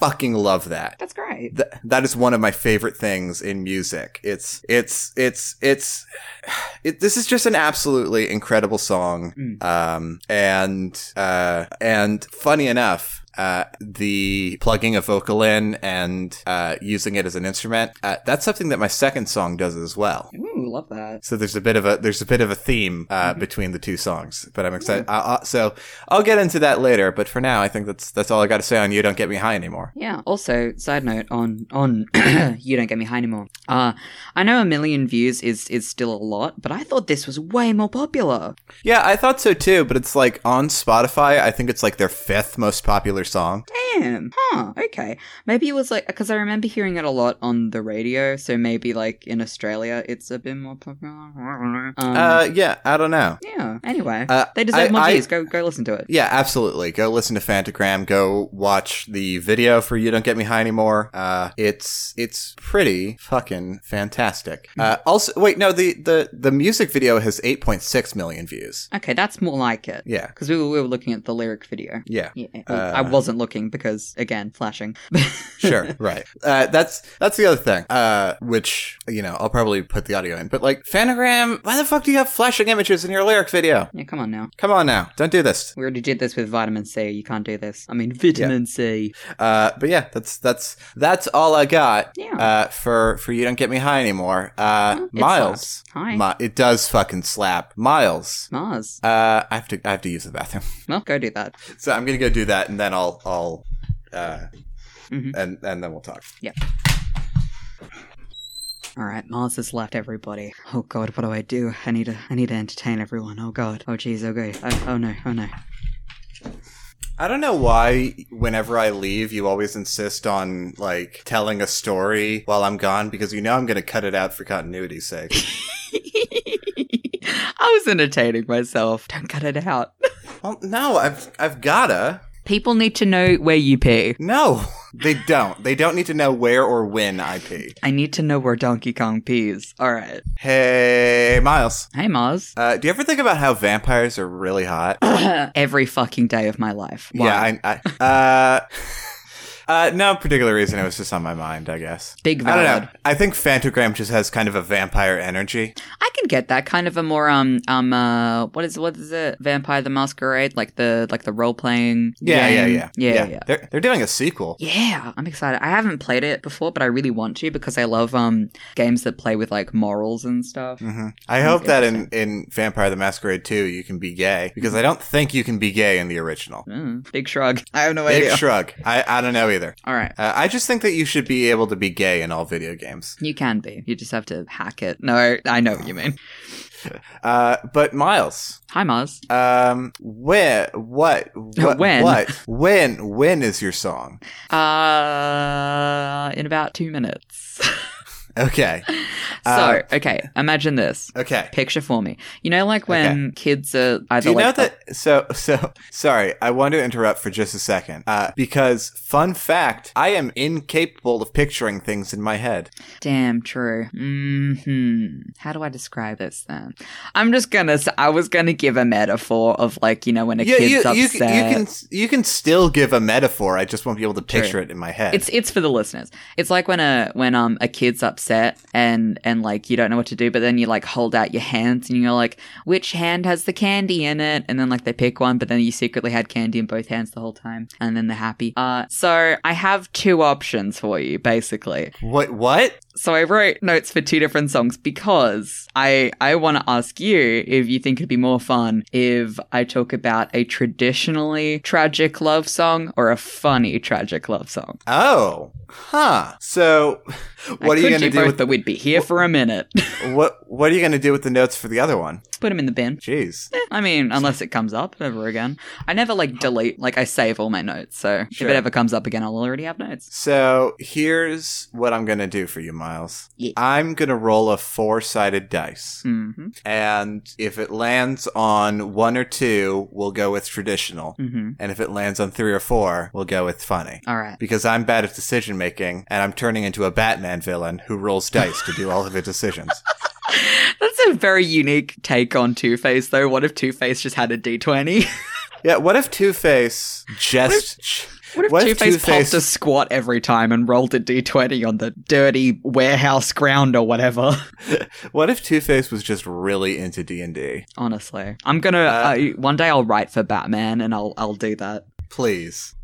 Speaker 1: fucking love that
Speaker 2: That's great.
Speaker 1: Th- that is one of my favorite things in music. It's it's it's it's it, this is just an absolutely incredible song.
Speaker 2: Mm.
Speaker 1: Um and uh and funny enough, uh, the plugging a vocal in and uh, using it as an instrument. Uh, that's something that my second song does as well.
Speaker 2: Ooh, love that.
Speaker 1: So there's a bit of a there's a bit of a theme uh, between the two songs, but I'm excited. I, I, so I'll get into that later. But for now, I think that's that's all I got to say on you. Don't get me high anymore.
Speaker 2: Yeah. Also, side note on on you don't get me high anymore. Uh, I know a million views is is still a lot, but I thought this was way more popular.
Speaker 1: Yeah, I thought so too, but it's like on Spotify, I think it's like their fifth most popular song.
Speaker 2: Damn. Huh. Okay. Maybe it was like because I remember hearing it a lot on the radio. So maybe like in Australia, it's a bit more popular. I don't know. Um,
Speaker 1: uh, yeah, I don't know.
Speaker 2: yeah. Anyway,
Speaker 1: uh,
Speaker 2: they deserve
Speaker 1: I-
Speaker 2: more
Speaker 1: I-
Speaker 2: views. Go go listen to it.
Speaker 1: Yeah, absolutely. Go listen to Fantagram. Go watch the video for "You Don't Get Me High Anymore." Uh, it's it's pretty fucking fantastic. Uh, also, wait, no the the the music video has 8.6 million views.
Speaker 2: Okay, that's more like it.
Speaker 1: Yeah,
Speaker 2: Because we were, we were looking at the lyric video.
Speaker 1: yeah.
Speaker 2: Yeah,
Speaker 1: Uh,
Speaker 2: I wasn't looking because again, flashing.
Speaker 1: sure right uh, that's that's the other thing uh, which you know i'll probably put the audio in but like fanagram why the fuck do you have flashing images in your lyric video
Speaker 2: Yeah, come on now.
Speaker 1: come on now don't do this
Speaker 2: We already did this with vitamin C. You can't do this. I mean, vitamin C.
Speaker 1: Uh, but yeah, that's that's that's all I got.
Speaker 2: Yeah.
Speaker 1: Uh, for for you don't get me high anymore. Uh,
Speaker 2: Well, it
Speaker 1: Miles.
Speaker 2: slaps. Hi.
Speaker 1: Mi- it does fucking slap, Miles.
Speaker 2: Mars.
Speaker 1: Uh, I have to I have to use the bathroom,
Speaker 2: Well, go do that.
Speaker 1: so I'm gonna go do that, and then I'll I'll. Uh,
Speaker 2: Mhm.
Speaker 1: And and then we'll talk.
Speaker 2: All right, Mars has left everybody. Oh God, what do I do? I need to, I need to entertain everyone. Oh God. Oh jeez. Oh God. Oh, oh no. Oh no.
Speaker 1: I don't know why. Whenever I leave, you always insist on like telling a story while I'm gone because you know I'm gonna cut it out for continuity's sake.
Speaker 2: I was entertaining myself. Don't cut it out.
Speaker 1: well, no, I've I've gotta.
Speaker 2: People need to know where you pee.
Speaker 1: No, they don't. They don't need to know where or when I pee.
Speaker 2: I need to know where Donkey Kong pees. All right.
Speaker 1: Hey, Miles.
Speaker 2: Hey, Mars.
Speaker 1: Uh, do you ever think about how vampires are really hot?
Speaker 2: Every fucking day of my life. Why?
Speaker 1: Yeah, I. I uh, Uh, no particular reason. It was just on my mind, I guess.
Speaker 2: Big
Speaker 1: I don't know.
Speaker 2: valid.
Speaker 1: I think Fantagram just has kind of a vampire energy.
Speaker 2: I can get that kind of a more um um uh what is what is it Vampire the Masquerade like the like the role playing
Speaker 1: Yeah, yeah, yeah,
Speaker 2: yeah yeah yeah.
Speaker 1: They're, they're doing a sequel.
Speaker 2: Yeah, I'm excited. I haven't played it before, but I really want to because I love um games that play with like morals and stuff.
Speaker 1: hmm I hope that in, in Vampire the Masquerade 2, you can be gay, because I don't think you can be gay in the original.
Speaker 2: Mm, big shrug. I have no
Speaker 1: Big
Speaker 2: idea.
Speaker 1: shrug. I, I don't know either.
Speaker 2: All right.
Speaker 1: Uh, I just think that you should be able to be gay in all video games.
Speaker 2: You can be. You just have to hack it. No, I know what you mean.
Speaker 1: Uh, but Miles,
Speaker 2: Hi, Mars.
Speaker 1: Um, where, what, what,
Speaker 2: When?
Speaker 1: what, when, when is your song?
Speaker 2: Uh, in about two minutes.
Speaker 1: Okay, Uh,
Speaker 2: so, okay, imagine this.
Speaker 1: okay.
Speaker 2: Picture for me. You know, like when kids are either
Speaker 1: Do you
Speaker 2: like
Speaker 1: know that? So, so sorry. I want to interrupt for just a second, uh, because fun fact, I am incapable of picturing things in my head.
Speaker 2: Damn true. Hmm. How do I describe this then? I'm just gonna. s- I was gonna give a metaphor of like you know when a
Speaker 1: Yeah,
Speaker 2: kid's
Speaker 1: you,
Speaker 2: upset.
Speaker 1: you, can- you can, you can still give a metaphor. I just won't be able to
Speaker 2: Sure.
Speaker 1: picture it in my head.
Speaker 2: It's it's for the listeners. It's like when a when um a kid's upset and and like you don't know what to do, but then you like hold out your hands and you're like, which hand has the candy in it? And then like they pick one, but then you secretly had candy in both hands the whole time, and then they're happy. Uh, so I have two options for you basically.
Speaker 1: what, what?
Speaker 2: So I wrote notes for two different songs because I I want to ask you if you think it'd be more fun if I talk about a traditionally tragic love song or a funny tragic love song.
Speaker 1: Oh, huh. So, what are
Speaker 2: I
Speaker 1: you going
Speaker 2: could
Speaker 1: to do
Speaker 2: both,
Speaker 1: with
Speaker 2: But we'd be here for a minute.
Speaker 1: what what are you going to do with the notes for the other one?
Speaker 2: Put them in the bin.
Speaker 1: Jeez.
Speaker 2: Eh, I mean, unless it comes up ever again. I never like delete, like I save all my notes. So
Speaker 1: Sure.
Speaker 2: if it ever comes up again, I'll already have notes.
Speaker 1: So here's what I'm going to do for you, Miles.
Speaker 2: Yeah.
Speaker 1: I'm going to roll a four sided dice.
Speaker 2: Mm-hmm.
Speaker 1: And if it lands on one or two, we'll go with traditional.
Speaker 2: Mm-hmm.
Speaker 1: And if it lands on three or four, we'll go with funny.
Speaker 2: All right.
Speaker 1: Because I'm bad at decision making, and I'm turning into a Batman villain who rolls dice to do all of his decisions.
Speaker 2: That's a very unique take on Two Face, though. What if Two Face just had a D twenty?
Speaker 1: Yeah, what if Two Face just.
Speaker 2: What if
Speaker 1: What
Speaker 2: Two
Speaker 1: if
Speaker 2: Face
Speaker 1: Two-Face-
Speaker 2: popped a squat every time and rolled a D twenty on the dirty warehouse ground or whatever?
Speaker 1: What if Two Face was just really into D and D?
Speaker 2: Honestly, I'm gonna uh, one day I'll write for Batman and I'll I'll do that.
Speaker 1: Please.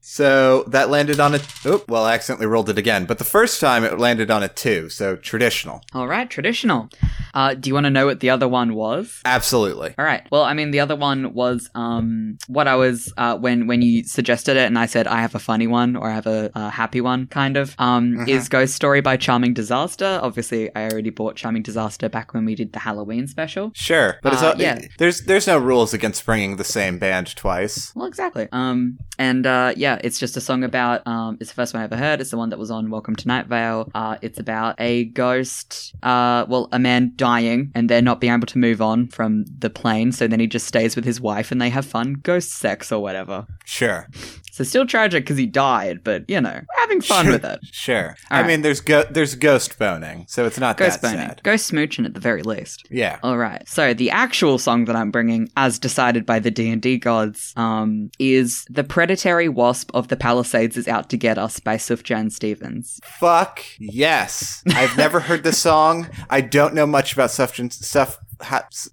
Speaker 1: So that landed on a. Oh, well, I accidentally rolled it again. But the first time it landed on a two, so traditional.
Speaker 2: All right, traditional. Uh, do you want to know what the other one was?
Speaker 1: Absolutely.
Speaker 2: All right. Well, I mean, the other one was um, what I was uh, when when you suggested it, and I said I have a funny one or I have a, uh happy one, kind of. Um,
Speaker 1: Mhm.
Speaker 2: Is Ghost Story by Charming Disaster? Obviously, I already bought Charming Disaster back when we did the Halloween special.
Speaker 1: Sure, but it's
Speaker 2: Uh,
Speaker 1: all,
Speaker 2: yeah.
Speaker 1: there's there's no rules against bringing the same band twice.
Speaker 2: Well, exactly. Um, and uh, yeah, it's just a song about. Um, it's the first one I ever heard. It's the one that was on Welcome to Night Vale. Uh, it's about a ghost. Uh, well, a man dying and they're not being able to move on from the plane. So then he just stays with his wife and they have fun ghost sex or whatever.
Speaker 1: Sure,
Speaker 2: So still tragic because he died, but you know, we're having fun
Speaker 1: Sure.
Speaker 2: with it.
Speaker 1: sure.
Speaker 2: All
Speaker 1: I
Speaker 2: right.
Speaker 1: mean, there's go- there's ghost boning, so it's not
Speaker 2: Ghost
Speaker 1: that
Speaker 2: boning,
Speaker 1: sad.
Speaker 2: ghost smooching at the very least.
Speaker 1: Yeah.
Speaker 2: All right. So the actual song that I'm bringing, as decided by the D and D gods, um, is "The Predatory Wasp of the Palisades Is Out to Get Us" by Sufjan Stevens.
Speaker 1: Fuck yes. I've never heard this song. I don't know much about Sufjan Suf. Ha- S-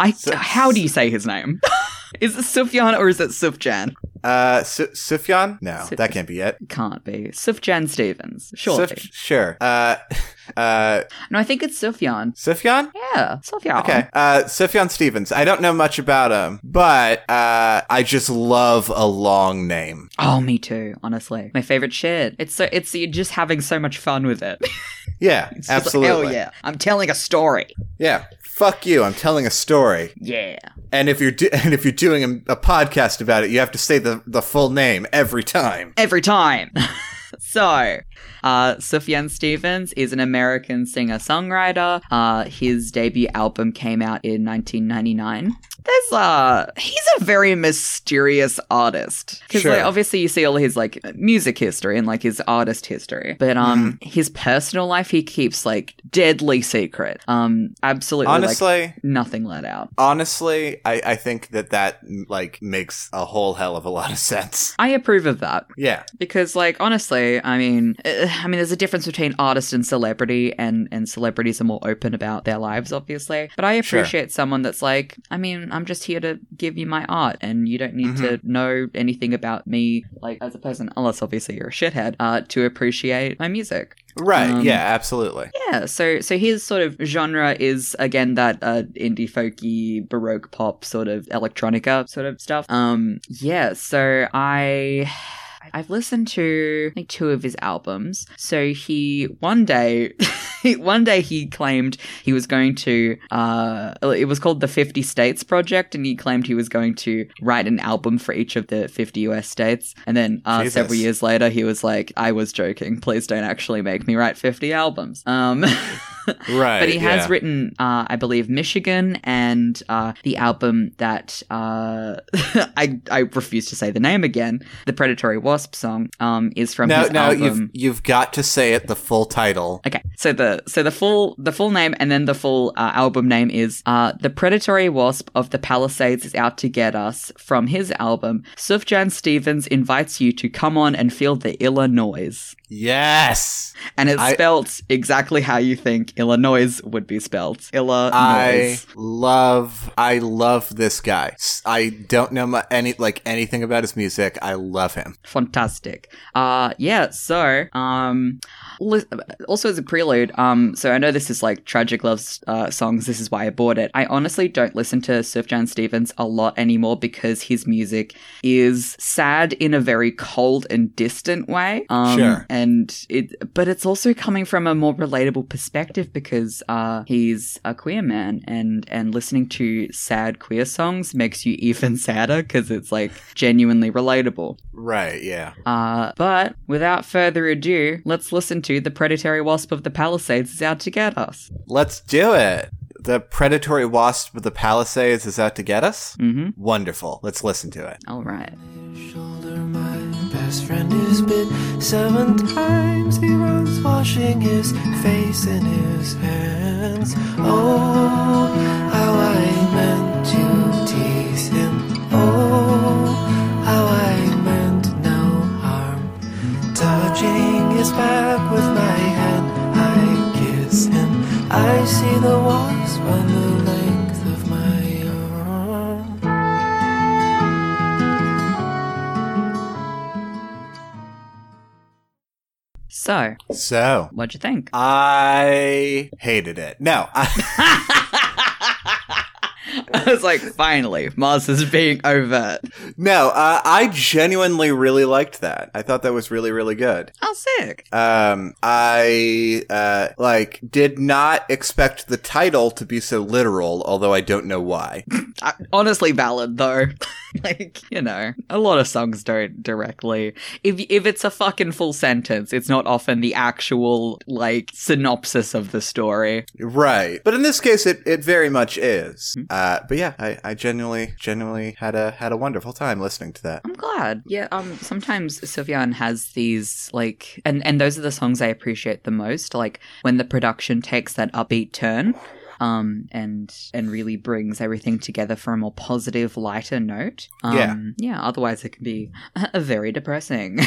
Speaker 2: I
Speaker 1: So-
Speaker 2: how do you say his name? is it Sufjan or is it Sufjan?
Speaker 1: uh, Su- Sufjan? No,
Speaker 2: Su-
Speaker 1: that can't be it.
Speaker 2: Can't be Sufjan Stevens. Surely.
Speaker 1: Suf- sure. Uh, uh,
Speaker 2: no, I think it's Sufjan.
Speaker 1: Sufjan?
Speaker 2: Yeah, Sufjan.
Speaker 1: Okay. Uh, Sufjan Stevens. I don't know much about him, but uh, I just love a long name.
Speaker 2: Oh, me too. Honestly, my favorite shit. It's so it's you're just having so much fun with it.
Speaker 1: Yeah,
Speaker 2: It's just like,
Speaker 1: absolutely.
Speaker 2: Hell yeah. I'm telling a story.
Speaker 1: Yeah. Fuck you. I'm telling a story.
Speaker 2: Yeah.
Speaker 1: And if you're do- and if you're doing a, a podcast about it, you have to say the the full name every time.
Speaker 2: Every time. so, uh, Sufjan Stevens is an American singer songwriter. Uh, his debut album came out in 1999. There's uh he's a very mysterious artist because
Speaker 1: Sure.
Speaker 2: like obviously you see all his like music history and like his artist history, but um
Speaker 1: Mm-hmm.
Speaker 2: his personal life he keeps like deadly secret. Um, absolutely, like,
Speaker 1: Honestly,
Speaker 2: nothing let out.
Speaker 1: honestly, I I think that that like makes a whole hell of a lot of sense.
Speaker 2: I approve of that.
Speaker 1: Yeah.
Speaker 2: because like honestly i mean uh, i mean there's a difference between artist and celebrity and and celebrities are more open about their lives obviously but i
Speaker 1: Sure.
Speaker 2: appreciate someone that's like i mean i'm just here to give you my art and you don't need to know anything about me like as a person unless obviously you're a shithead uh, to appreciate my music
Speaker 1: Right.
Speaker 2: Um,
Speaker 1: yeah. Absolutely.
Speaker 2: yeah so so his sort of genre is again that uh, indie folky baroque pop sort of electronica sort of stuff um yeah so i I've listened to like two of his albums. So he one day, one day he claimed he was going to. Uh, it was called the Fifty States Project, and he claimed he was going to write an album for each of the fifty U.S. states. And then uh,
Speaker 1: Jesus.
Speaker 2: several years later, he was like, "I was joking. Please don't actually make me write fifty albums." Um,
Speaker 1: Right.
Speaker 2: But he has
Speaker 1: yeah.
Speaker 2: written, uh, I believe, Michigan and uh, the album that uh, I I refuse to say the name again. The Predatory Wasp song um, is from
Speaker 1: No,
Speaker 2: his
Speaker 1: no,
Speaker 2: album.
Speaker 1: you've you've got to say it the full title.
Speaker 2: Okay, so the so the full the full name and then the full uh, album name is uh, "The Predatory Wasp of the Palisades is Out to Get Us" from his album. Sufjan Stevens invites you to come on and feel the Illinois,
Speaker 1: Yes.
Speaker 2: and it's
Speaker 1: I-
Speaker 2: spelt exactly how you think Illinois would be spelt. Illinois.
Speaker 1: I love I love this guy. S- I don't know mu- any like anything about his music. I love him.
Speaker 2: fantastic uh yeah so um li- also as a prelude um so i know this is like tragic love uh, songs this is why i bought it i honestly don't listen to sufjan stevens a lot anymore because his music is sad in a very cold and distant way um
Speaker 1: Sure.
Speaker 2: and and it but it's also coming from a more relatable perspective because uh he's a queer man and and listening to sad queer songs makes you even sadder because it's like genuinely relatable
Speaker 1: Right. Yeah.
Speaker 2: uh but without further ado let's listen to the predatory wasp of the palisades is out to get us
Speaker 1: Let's do it. The predatory wasp of the Palisades is out to get us.
Speaker 2: mm-hmm
Speaker 1: Wonderful. Let's listen to it.
Speaker 2: all right
Speaker 4: shoulder my best friend is bit seven times he runs washing his face in his hands oh how i meant to tease him oh how i meant no harm touching his back with my hand i kiss him i see the wasp on the length of my arm
Speaker 2: so
Speaker 1: So
Speaker 2: what'd you think
Speaker 1: I hated it. No. I-
Speaker 2: I was like, finally, Mars is being overt.
Speaker 1: no. Uh, I genuinely really liked that. I thought that was really really good.
Speaker 2: Oh, sick.
Speaker 1: um i uh like did not expect the title to be so literal although i don't know why
Speaker 2: Uh, honestly, valid though. like, you know, a lot of songs don't directly. If if it's a fucking full sentence, it's not often the actual like synopsis of the story.
Speaker 1: right but in this case it, it very much is
Speaker 2: Hmm.
Speaker 1: uh but yeah i i genuinely genuinely had a had a wonderful time listening to that
Speaker 2: I'm glad. Yeah. Um. Sometimes Sylvian has these like, and and those are the songs I appreciate the most. Like when the production takes that upbeat turn. Um, and and really brings everything together for a more positive, lighter note. Um,
Speaker 1: Yeah.
Speaker 2: Yeah. Otherwise, it can be very depressing.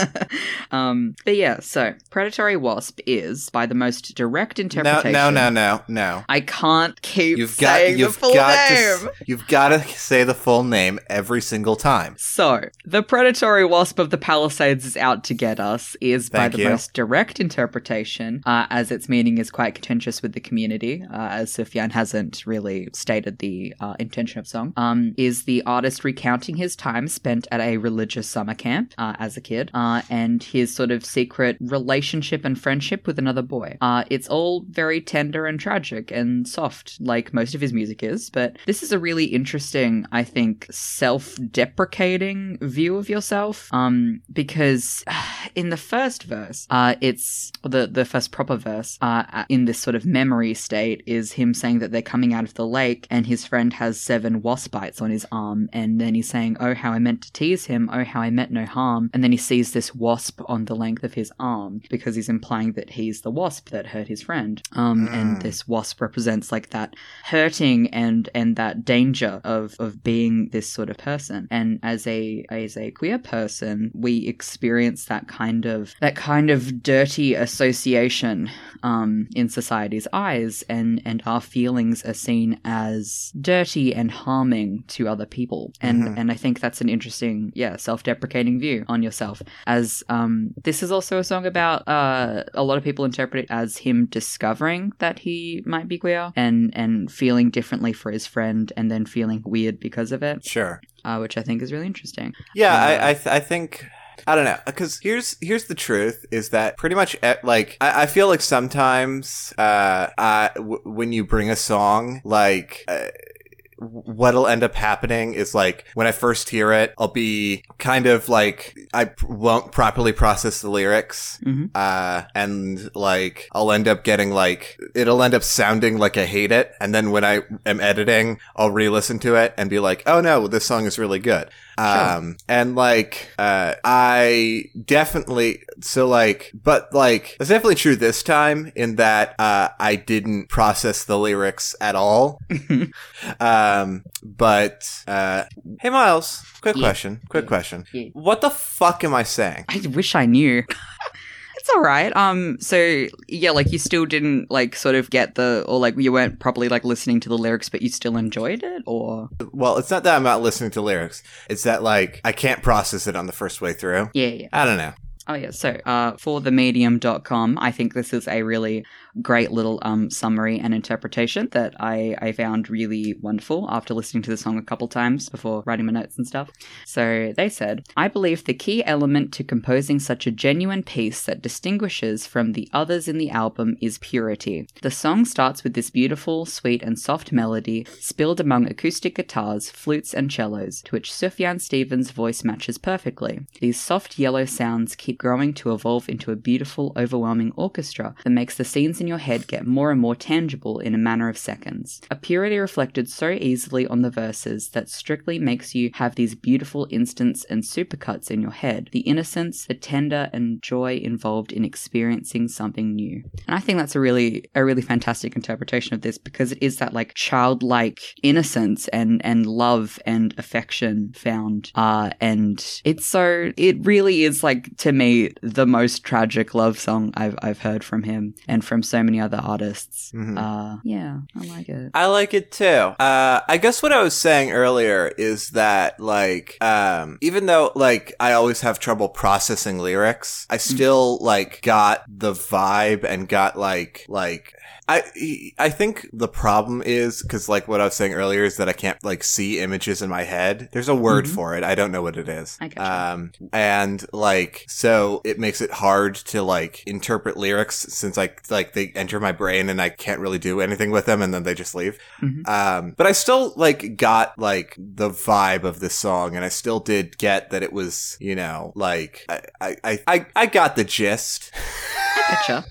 Speaker 2: um, but yeah. So, predatory wasp is by the most direct
Speaker 1: no
Speaker 2: interpretation.
Speaker 1: no no no no
Speaker 2: I can't keep
Speaker 1: you've got
Speaker 2: saying
Speaker 1: you've
Speaker 2: the full
Speaker 1: got to,
Speaker 2: name.
Speaker 1: s- you've got to say the full name every single time
Speaker 2: So, the predatory wasp of the Palisades is out to get us is
Speaker 1: Thank
Speaker 2: by the
Speaker 1: you.
Speaker 2: most direct interpretation, uh, as its meaning is quite contentious with the community, uh, as Sufjan hasn't really stated the uh, intention of song. Um, is the artist recounting his time spent at a religious summer camp uh, as a kid, uh, and his sort of secret relationship and friendship with another boy. Uh, it's all very tender and tragic and soft, like most of his music is, but this is a really interesting, I think, self deprecating view of yourself. Um, because in the first verse, uh, it's the, the first proper verse uh, in this sort of memory state is him saying that they're coming out of the lake and his friend has seven wasp bites on his arm. And then he's saying, Oh, how I meant to tease him. Oh, how I meant no harm. And then he sees this wasp on the length of his arm because he's implying that he's the wasp that hurt his friend. Um, And this wasp represents like that hurting and and that danger of of being this sort of person and as a as a queer person we experience that kind of that kind of dirty association um in society's eyes and and our feelings are seen as dirty and harming to other people and and i think that's an interesting yeah self-deprecating view on yourself as um this is also a song about uh a lot of people interpret it as him discovering that he might be queer and and feeling differently for his friend and then feeling weird because of it
Speaker 1: sure
Speaker 2: uh, which i think is really interesting
Speaker 1: Yeah,
Speaker 2: Uh,
Speaker 1: I I, th- I think I don't know because here's here's the truth is that pretty much eh, like I, I feel like sometimes uh, uh w- when you bring a song like. Uh, What'll end up happening is like when I first hear it, I'll be kind of like I p- won't properly process the lyrics,
Speaker 2: Mhm.
Speaker 1: uh, and like I'll end up getting like it'll end up sounding like I hate it, and then when I am editing, I'll re-listen to it and be like, oh no, this song is really good. Um, and like, uh, I definitely, so like, but like, that's definitely true this time in that, uh, I didn't process the lyrics at all. um, but, uh, hey Miles, quick
Speaker 2: Yeah.
Speaker 1: question, quick question.
Speaker 2: Yeah.
Speaker 1: What the fuck am I saying?
Speaker 2: I wish I knew. it's all right. Um. So yeah, like you still didn't like sort of get the or like you weren't properly like listening to the lyrics, but you still enjoyed it. Or
Speaker 1: Well, it's not that I'm not listening to lyrics. It's that like, I can't process it on the first way through.
Speaker 2: yeah, yeah.
Speaker 1: I don't know.
Speaker 2: Oh yeah. So uh, for the medium.com, I think this is a really great little um, summary and interpretation that I, I found really wonderful after listening to the song a couple times before writing my notes and stuff. So they said, I believe the key element to composing such a genuine piece that distinguishes from the others in the album is purity. The song starts with this beautiful, sweet, and soft melody spilled among acoustic guitars, flutes, and cellos, to which Sufjan Stevens' voice matches perfectly. These soft yellow sounds keep growing to evolve into a beautiful, overwhelming orchestra that makes the scenes in your head get more and more tangible in a matter of seconds. A purity reflected so easily on the verses that strictly makes you have these beautiful instants and supercuts in your head. The innocence, the tender and joy involved in experiencing something new. And I think that's a really a really fantastic interpretation of this because it is that like childlike innocence and and love and affection found uh and it's so it really is like to me the most tragic love song I've I've heard from him and from so many other artists.
Speaker 5: Mhm.
Speaker 2: Uh yeah, I like it.
Speaker 1: I like it too. Uh, I guess what I was saying earlier is that, like, um, even though, like, I always have trouble processing lyrics, I still, like, got the vibe and got, like, like, I, I think the problem is, cause like what I was saying earlier is that I can't like see images in my head. There's a word
Speaker 2: Mhm.
Speaker 1: for it. I don't know what it is.
Speaker 2: I gotcha.
Speaker 1: Um, and like, so it makes it hard to like interpret lyrics since like, like they enter my brain and I can't really do anything with them and then they just leave.
Speaker 2: Mhm.
Speaker 1: Um, but I still like got like the vibe of this song and I still did get that it was, you know, like I, I, I, I, I got the gist.
Speaker 2: Getcha.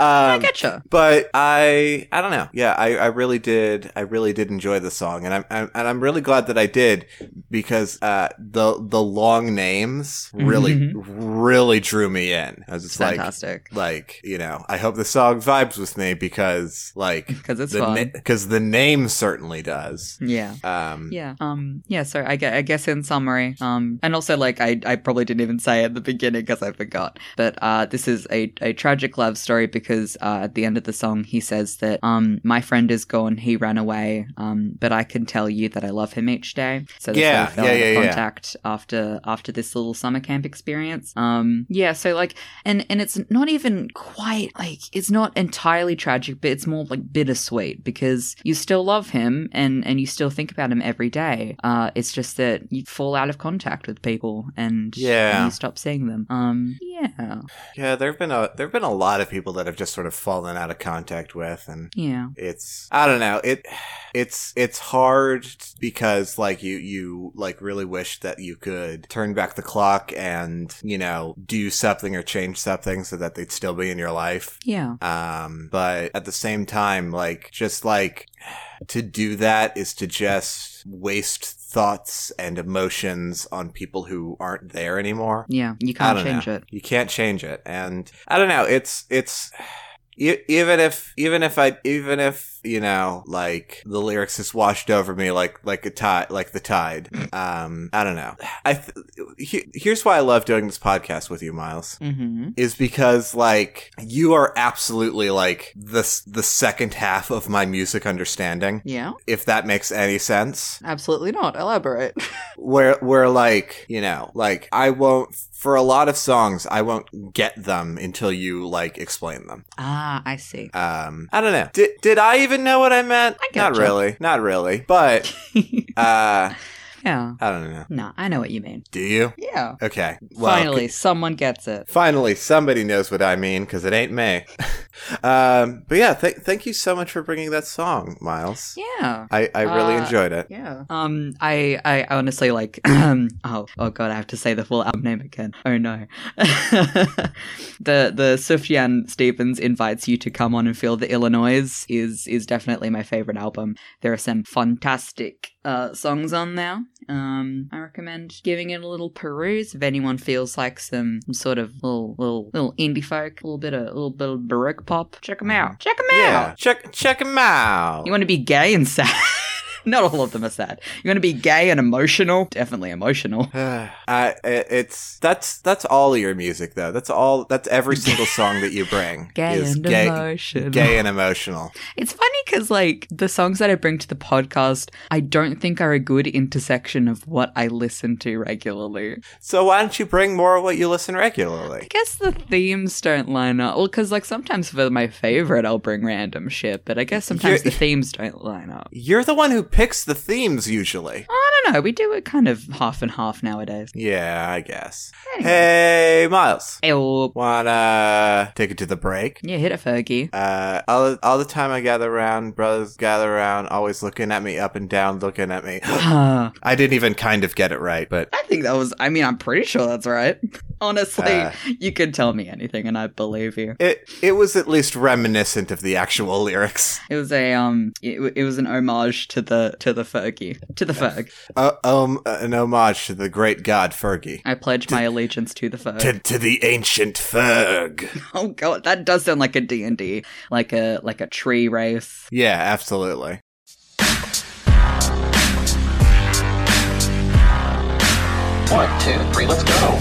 Speaker 1: Um,
Speaker 2: Getcha.
Speaker 1: but I I don't know. Yeah, I, I really did I really did enjoy the song, and I'm, I'm and I'm really glad that I did because uh, the the long names really really drew me in. I was just
Speaker 2: Mm-hmm. It's
Speaker 1: like
Speaker 2: fantastic.
Speaker 1: like you know I hope the song vibes with me because like
Speaker 2: Because it's fun.
Speaker 1: the because the name certainly does.
Speaker 2: yeah.
Speaker 1: Um,
Speaker 2: Yeah. Um. Yeah. So I guess, I guess in summary, um, and also like I, I probably didn't even say at the beginning because I forgot. But uh, this is a, a tragic love story because uh, at the end of the song he says that um my friend is gone, he ran away, um, but I can tell you that I love him each day. So they
Speaker 1: Yeah,
Speaker 2: sort of fell
Speaker 1: yeah,
Speaker 2: into
Speaker 1: yeah, yeah.
Speaker 2: contact after after this little summer camp experience. Um. Yeah. So like and and it's not even quite like it's not entirely tragic but it's more like bittersweet because you still love him and and you still think about him every day uh it's just that you fall out of contact with people and
Speaker 1: Yeah.
Speaker 2: and you stop seeing them um yeah
Speaker 1: yeah. There've been a there've been a lot of people that have just sort of fallen out of contact with, and
Speaker 2: yeah
Speaker 1: it's i don't know it it's it's hard because like you you like really wish that you could turn back the clock and you know do something or change something so that they'd still be in your life
Speaker 2: yeah
Speaker 1: um but at the same time like just like to do that is to just waste thoughts and emotions on people who aren't there anymore
Speaker 2: yeah you
Speaker 1: I
Speaker 2: can't
Speaker 1: don't
Speaker 2: change
Speaker 1: know.
Speaker 2: it
Speaker 1: You can't change it, and I don't know. It's it's e- even if even if I even if you know like the lyrics just washed over me like like a tide like the tide.
Speaker 2: Mm.
Speaker 1: Um, I don't know. I th- he- here's why I love doing this podcast with you, Miles.
Speaker 2: mm-hmm.
Speaker 1: Is because like you are absolutely like this the second half of my music understanding,
Speaker 2: yeah
Speaker 1: if that makes any sense
Speaker 2: absolutely not elaborate
Speaker 1: where where like you know like i won't for a lot of songs i won't get them until you like explain them
Speaker 2: ah i see
Speaker 1: um i don't know did, did i even know what i meant
Speaker 2: I
Speaker 1: not
Speaker 2: gotcha.
Speaker 1: really not really but uh
Speaker 2: yeah
Speaker 1: i don't know
Speaker 2: no i know what you mean
Speaker 1: do you
Speaker 2: yeah
Speaker 1: okay well,
Speaker 2: finally someone gets it
Speaker 1: Finally, somebody knows what I mean because it ain't me. um, but yeah, th- thank you so much for bringing that song, Miles.
Speaker 2: yeah
Speaker 1: I, I really
Speaker 2: Uh,
Speaker 1: enjoyed it.
Speaker 2: Yeah. Um. I. I honestly like. oh. Oh God. I have to say the full album name again. Oh no. the the Sufjan Stevens invites you to come on and feel the Illinois is is definitely my favorite album. There are some fantastic uh, songs on there. Um, I recommend giving it a little peruse if anyone feels like some, some sort of little little little indie folk, a little bit of a little bit of baroque pop. Check them out. Check them out.
Speaker 1: Yeah, check check 'em out.
Speaker 2: You want to be gay and sad. Not all of them are sad. You're going to be gay and emotional. Definitely emotional.
Speaker 1: I, it- it's that's that's all your music though. That's all. That's every single song that you bring.
Speaker 2: Gay
Speaker 1: is
Speaker 2: and
Speaker 1: gay,
Speaker 2: emotional.
Speaker 1: gay and emotional.
Speaker 2: It's funny because, like, the songs that I bring to the podcast, I don't think are a good intersection of what I listen to regularly.
Speaker 1: So why don't you bring more of what you listen
Speaker 2: I
Speaker 1: regularly?
Speaker 2: guess the themes don't line up. Well, because, like, sometimes for my favorite, I'll bring random shit, but I guess sometimes
Speaker 1: You're-
Speaker 2: the themes don't line up.
Speaker 1: You're the one who picks the themes usually.
Speaker 2: I don't know. We do it kind of half and half nowadays.
Speaker 1: Yeah, I guess.
Speaker 2: Anyway.
Speaker 1: Hey, Miles,
Speaker 2: Ew.
Speaker 1: wanna take it to the break?
Speaker 2: Yeah, hit it, Fergie.
Speaker 1: Uh, all, all the time I gather around, brothers gather around, always looking at me, up and down, looking at me.
Speaker 2: Ah.
Speaker 1: I didn't even kind of get it right, but
Speaker 2: I think that was, I mean, I'm pretty sure that's right. Honestly,
Speaker 1: Uh.
Speaker 2: you could tell me anything and I believe you.
Speaker 1: it it was at least reminiscent of the actual lyrics.
Speaker 2: It was a um, it, w- it was an homage to the to the Fergie to the Ferg.
Speaker 1: Uh, um, an homage to the great god Fergie,
Speaker 2: I pledge my allegiance to the Ferg.
Speaker 1: to to the ancient Ferg.
Speaker 2: oh god, that does sound like a D and D, like a like a tree race.
Speaker 1: Yeah, absolutely.
Speaker 6: One, two, three, let's go.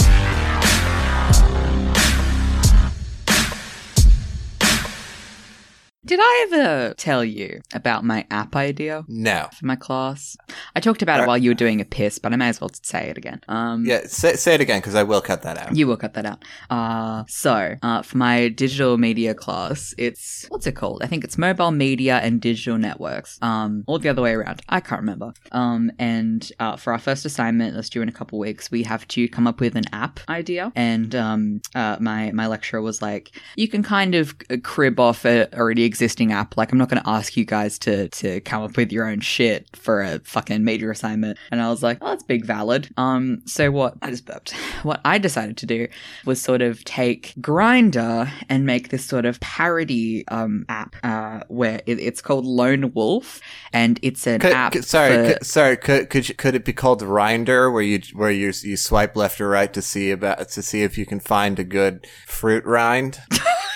Speaker 2: Did I ever tell you about my app idea?
Speaker 1: No.
Speaker 2: For my class, I talked about it while you were doing a piss, but I may as well say it again. Um,
Speaker 1: Uh, Yeah, say, say it again because I will cut that out.
Speaker 2: You will cut that out. Uh, so, uh, for my digital media class, it's what's it called? I think it's mobile media and digital networks. Um, or the other way around. I can't remember. Um, and uh, for our first assignment that's due in a couple weeks, we have to come up with an app idea. And um, uh, my my lecturer was like, you can kind of c- crib off a already existing app. Like, I'm not going to ask you guys to to come up with your own shit for a fucking major assignment. And I was like, oh, that's big valid. Um, so what? I just burped. What I decided to do was sort of take Grinder and make this sort of parody um app uh, where it, it's called Lone Wolf, and it's an
Speaker 1: Could,
Speaker 2: app.
Speaker 1: could- sorry,
Speaker 2: for-
Speaker 1: could, sorry. Could could, you, could it be called Rinder, where you where you you swipe left or right to see about to see if you can find a good fruit rind?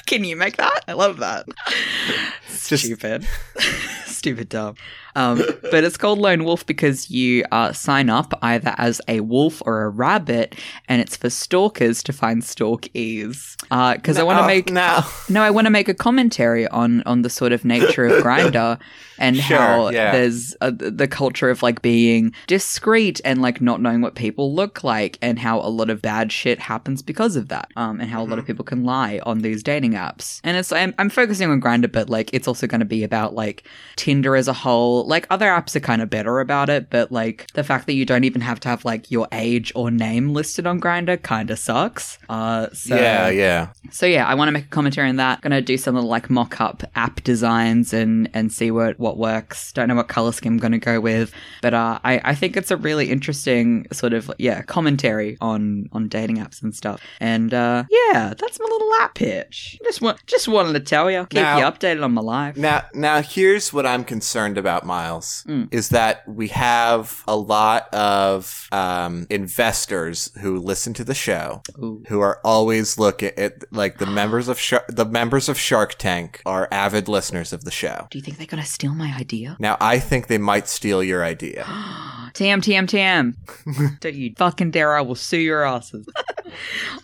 Speaker 2: Can you make that? I love that.
Speaker 1: just-
Speaker 2: Stupid. Stupid dumb. Um, but it's called Lone Wolf because you uh, sign up either as a wolf or a rabbit, and it's for stalkers to find stalkees. Because I want to
Speaker 1: Oh,
Speaker 2: make
Speaker 1: no.
Speaker 2: no, I want to make a commentary on on the sort of nature of grinder and
Speaker 1: Sure,
Speaker 2: how
Speaker 1: yeah.
Speaker 2: there's uh th- the culture of like being discreet and like not knowing what people look like and how a lot of bad shit happens because of that. Um, and how a lot of
Speaker 1: Mm-hmm.
Speaker 2: people can lie on these dating apps. And it's I'm, I'm focusing on grinder, but like it's also going to be about like Tinder as a whole. Like other apps are kind of better about it, but like the fact that you don't even have to have like your age or name listed on grinder kind of sucks. Uh, so
Speaker 1: yeah, yeah.
Speaker 2: so yeah, I want to make a commentary on that. Gonna do some little like mock-up app designs and and see what what works. Don't know what color scheme I'm gonna go with, but uh, I I think it's a really interesting sort of yeah commentary on on dating apps and stuff. And uh, yeah, that's my little app pitch. Just want just wanted to tell you, keep
Speaker 1: Now-
Speaker 2: you updated on my life.
Speaker 1: Now, now here's what I'm concerned about, Miles,
Speaker 2: Mm.
Speaker 1: is that we have a lot of um, investors who listen to the show
Speaker 2: Ooh.
Speaker 1: who are always looking at like the members of Shar the members of Shark Tank are avid listeners of the show.
Speaker 2: Do you think they're gonna steal my idea?
Speaker 1: Now, I think they might steal your idea.
Speaker 2: TM TM TM. Don't you fucking dare! I will sue your asses.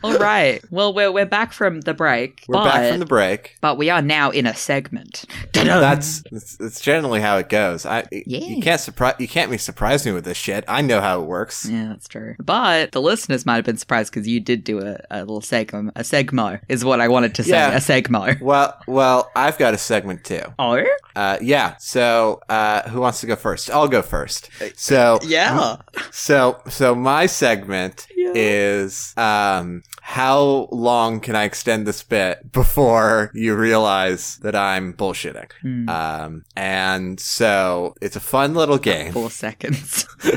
Speaker 2: All right. Well, we're we're back from the break.
Speaker 1: We're
Speaker 2: but-
Speaker 1: back from the break.
Speaker 2: but we are now in a segment.
Speaker 1: That's that's that's generally how it goes. I
Speaker 2: Mhm. Yeah.
Speaker 1: you can't surprise you can't be surprise me with this shit. I know how it works.
Speaker 2: Yeah, that's true. But the listeners might have been surprised because you did do a, a little segment. A segmo is what I wanted to say.
Speaker 1: Yeah.
Speaker 2: A segmo.
Speaker 1: Well, well, I've got a segment too.
Speaker 2: Oh,
Speaker 1: Uh, yeah. So, uh, who wants to go first? I'll go first. So,
Speaker 2: Uh, yeah.
Speaker 1: so, so my segment is, um, how long can I extend this bit before you realize that I'm bullshitting?
Speaker 2: Hmm.
Speaker 1: Um, and so it's a fun little game.
Speaker 2: Four seconds. yeah,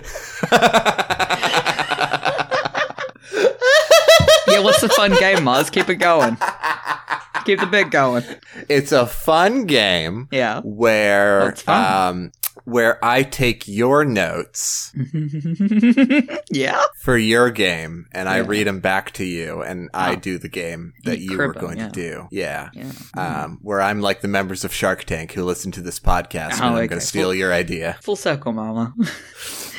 Speaker 2: what's the fun game, Mars? Keep it going. Keep the bit going.
Speaker 1: it's a fun game
Speaker 2: Yeah.
Speaker 1: where,
Speaker 2: That's fun.
Speaker 1: um, where I take your notes
Speaker 2: yeah.
Speaker 1: for your game and I
Speaker 2: Yeah.
Speaker 1: read them back to you and I
Speaker 2: Oh.
Speaker 1: do the game that
Speaker 2: You
Speaker 1: you were
Speaker 2: crib 'em,
Speaker 1: going
Speaker 2: yeah.
Speaker 1: to do. Yeah.
Speaker 2: Yeah.
Speaker 1: Um, where I'm like the members of Shark Tank who listen to this podcast and
Speaker 2: Oh,
Speaker 1: I'm
Speaker 2: okay.
Speaker 1: going to steal your idea.
Speaker 2: Full circle, Mama.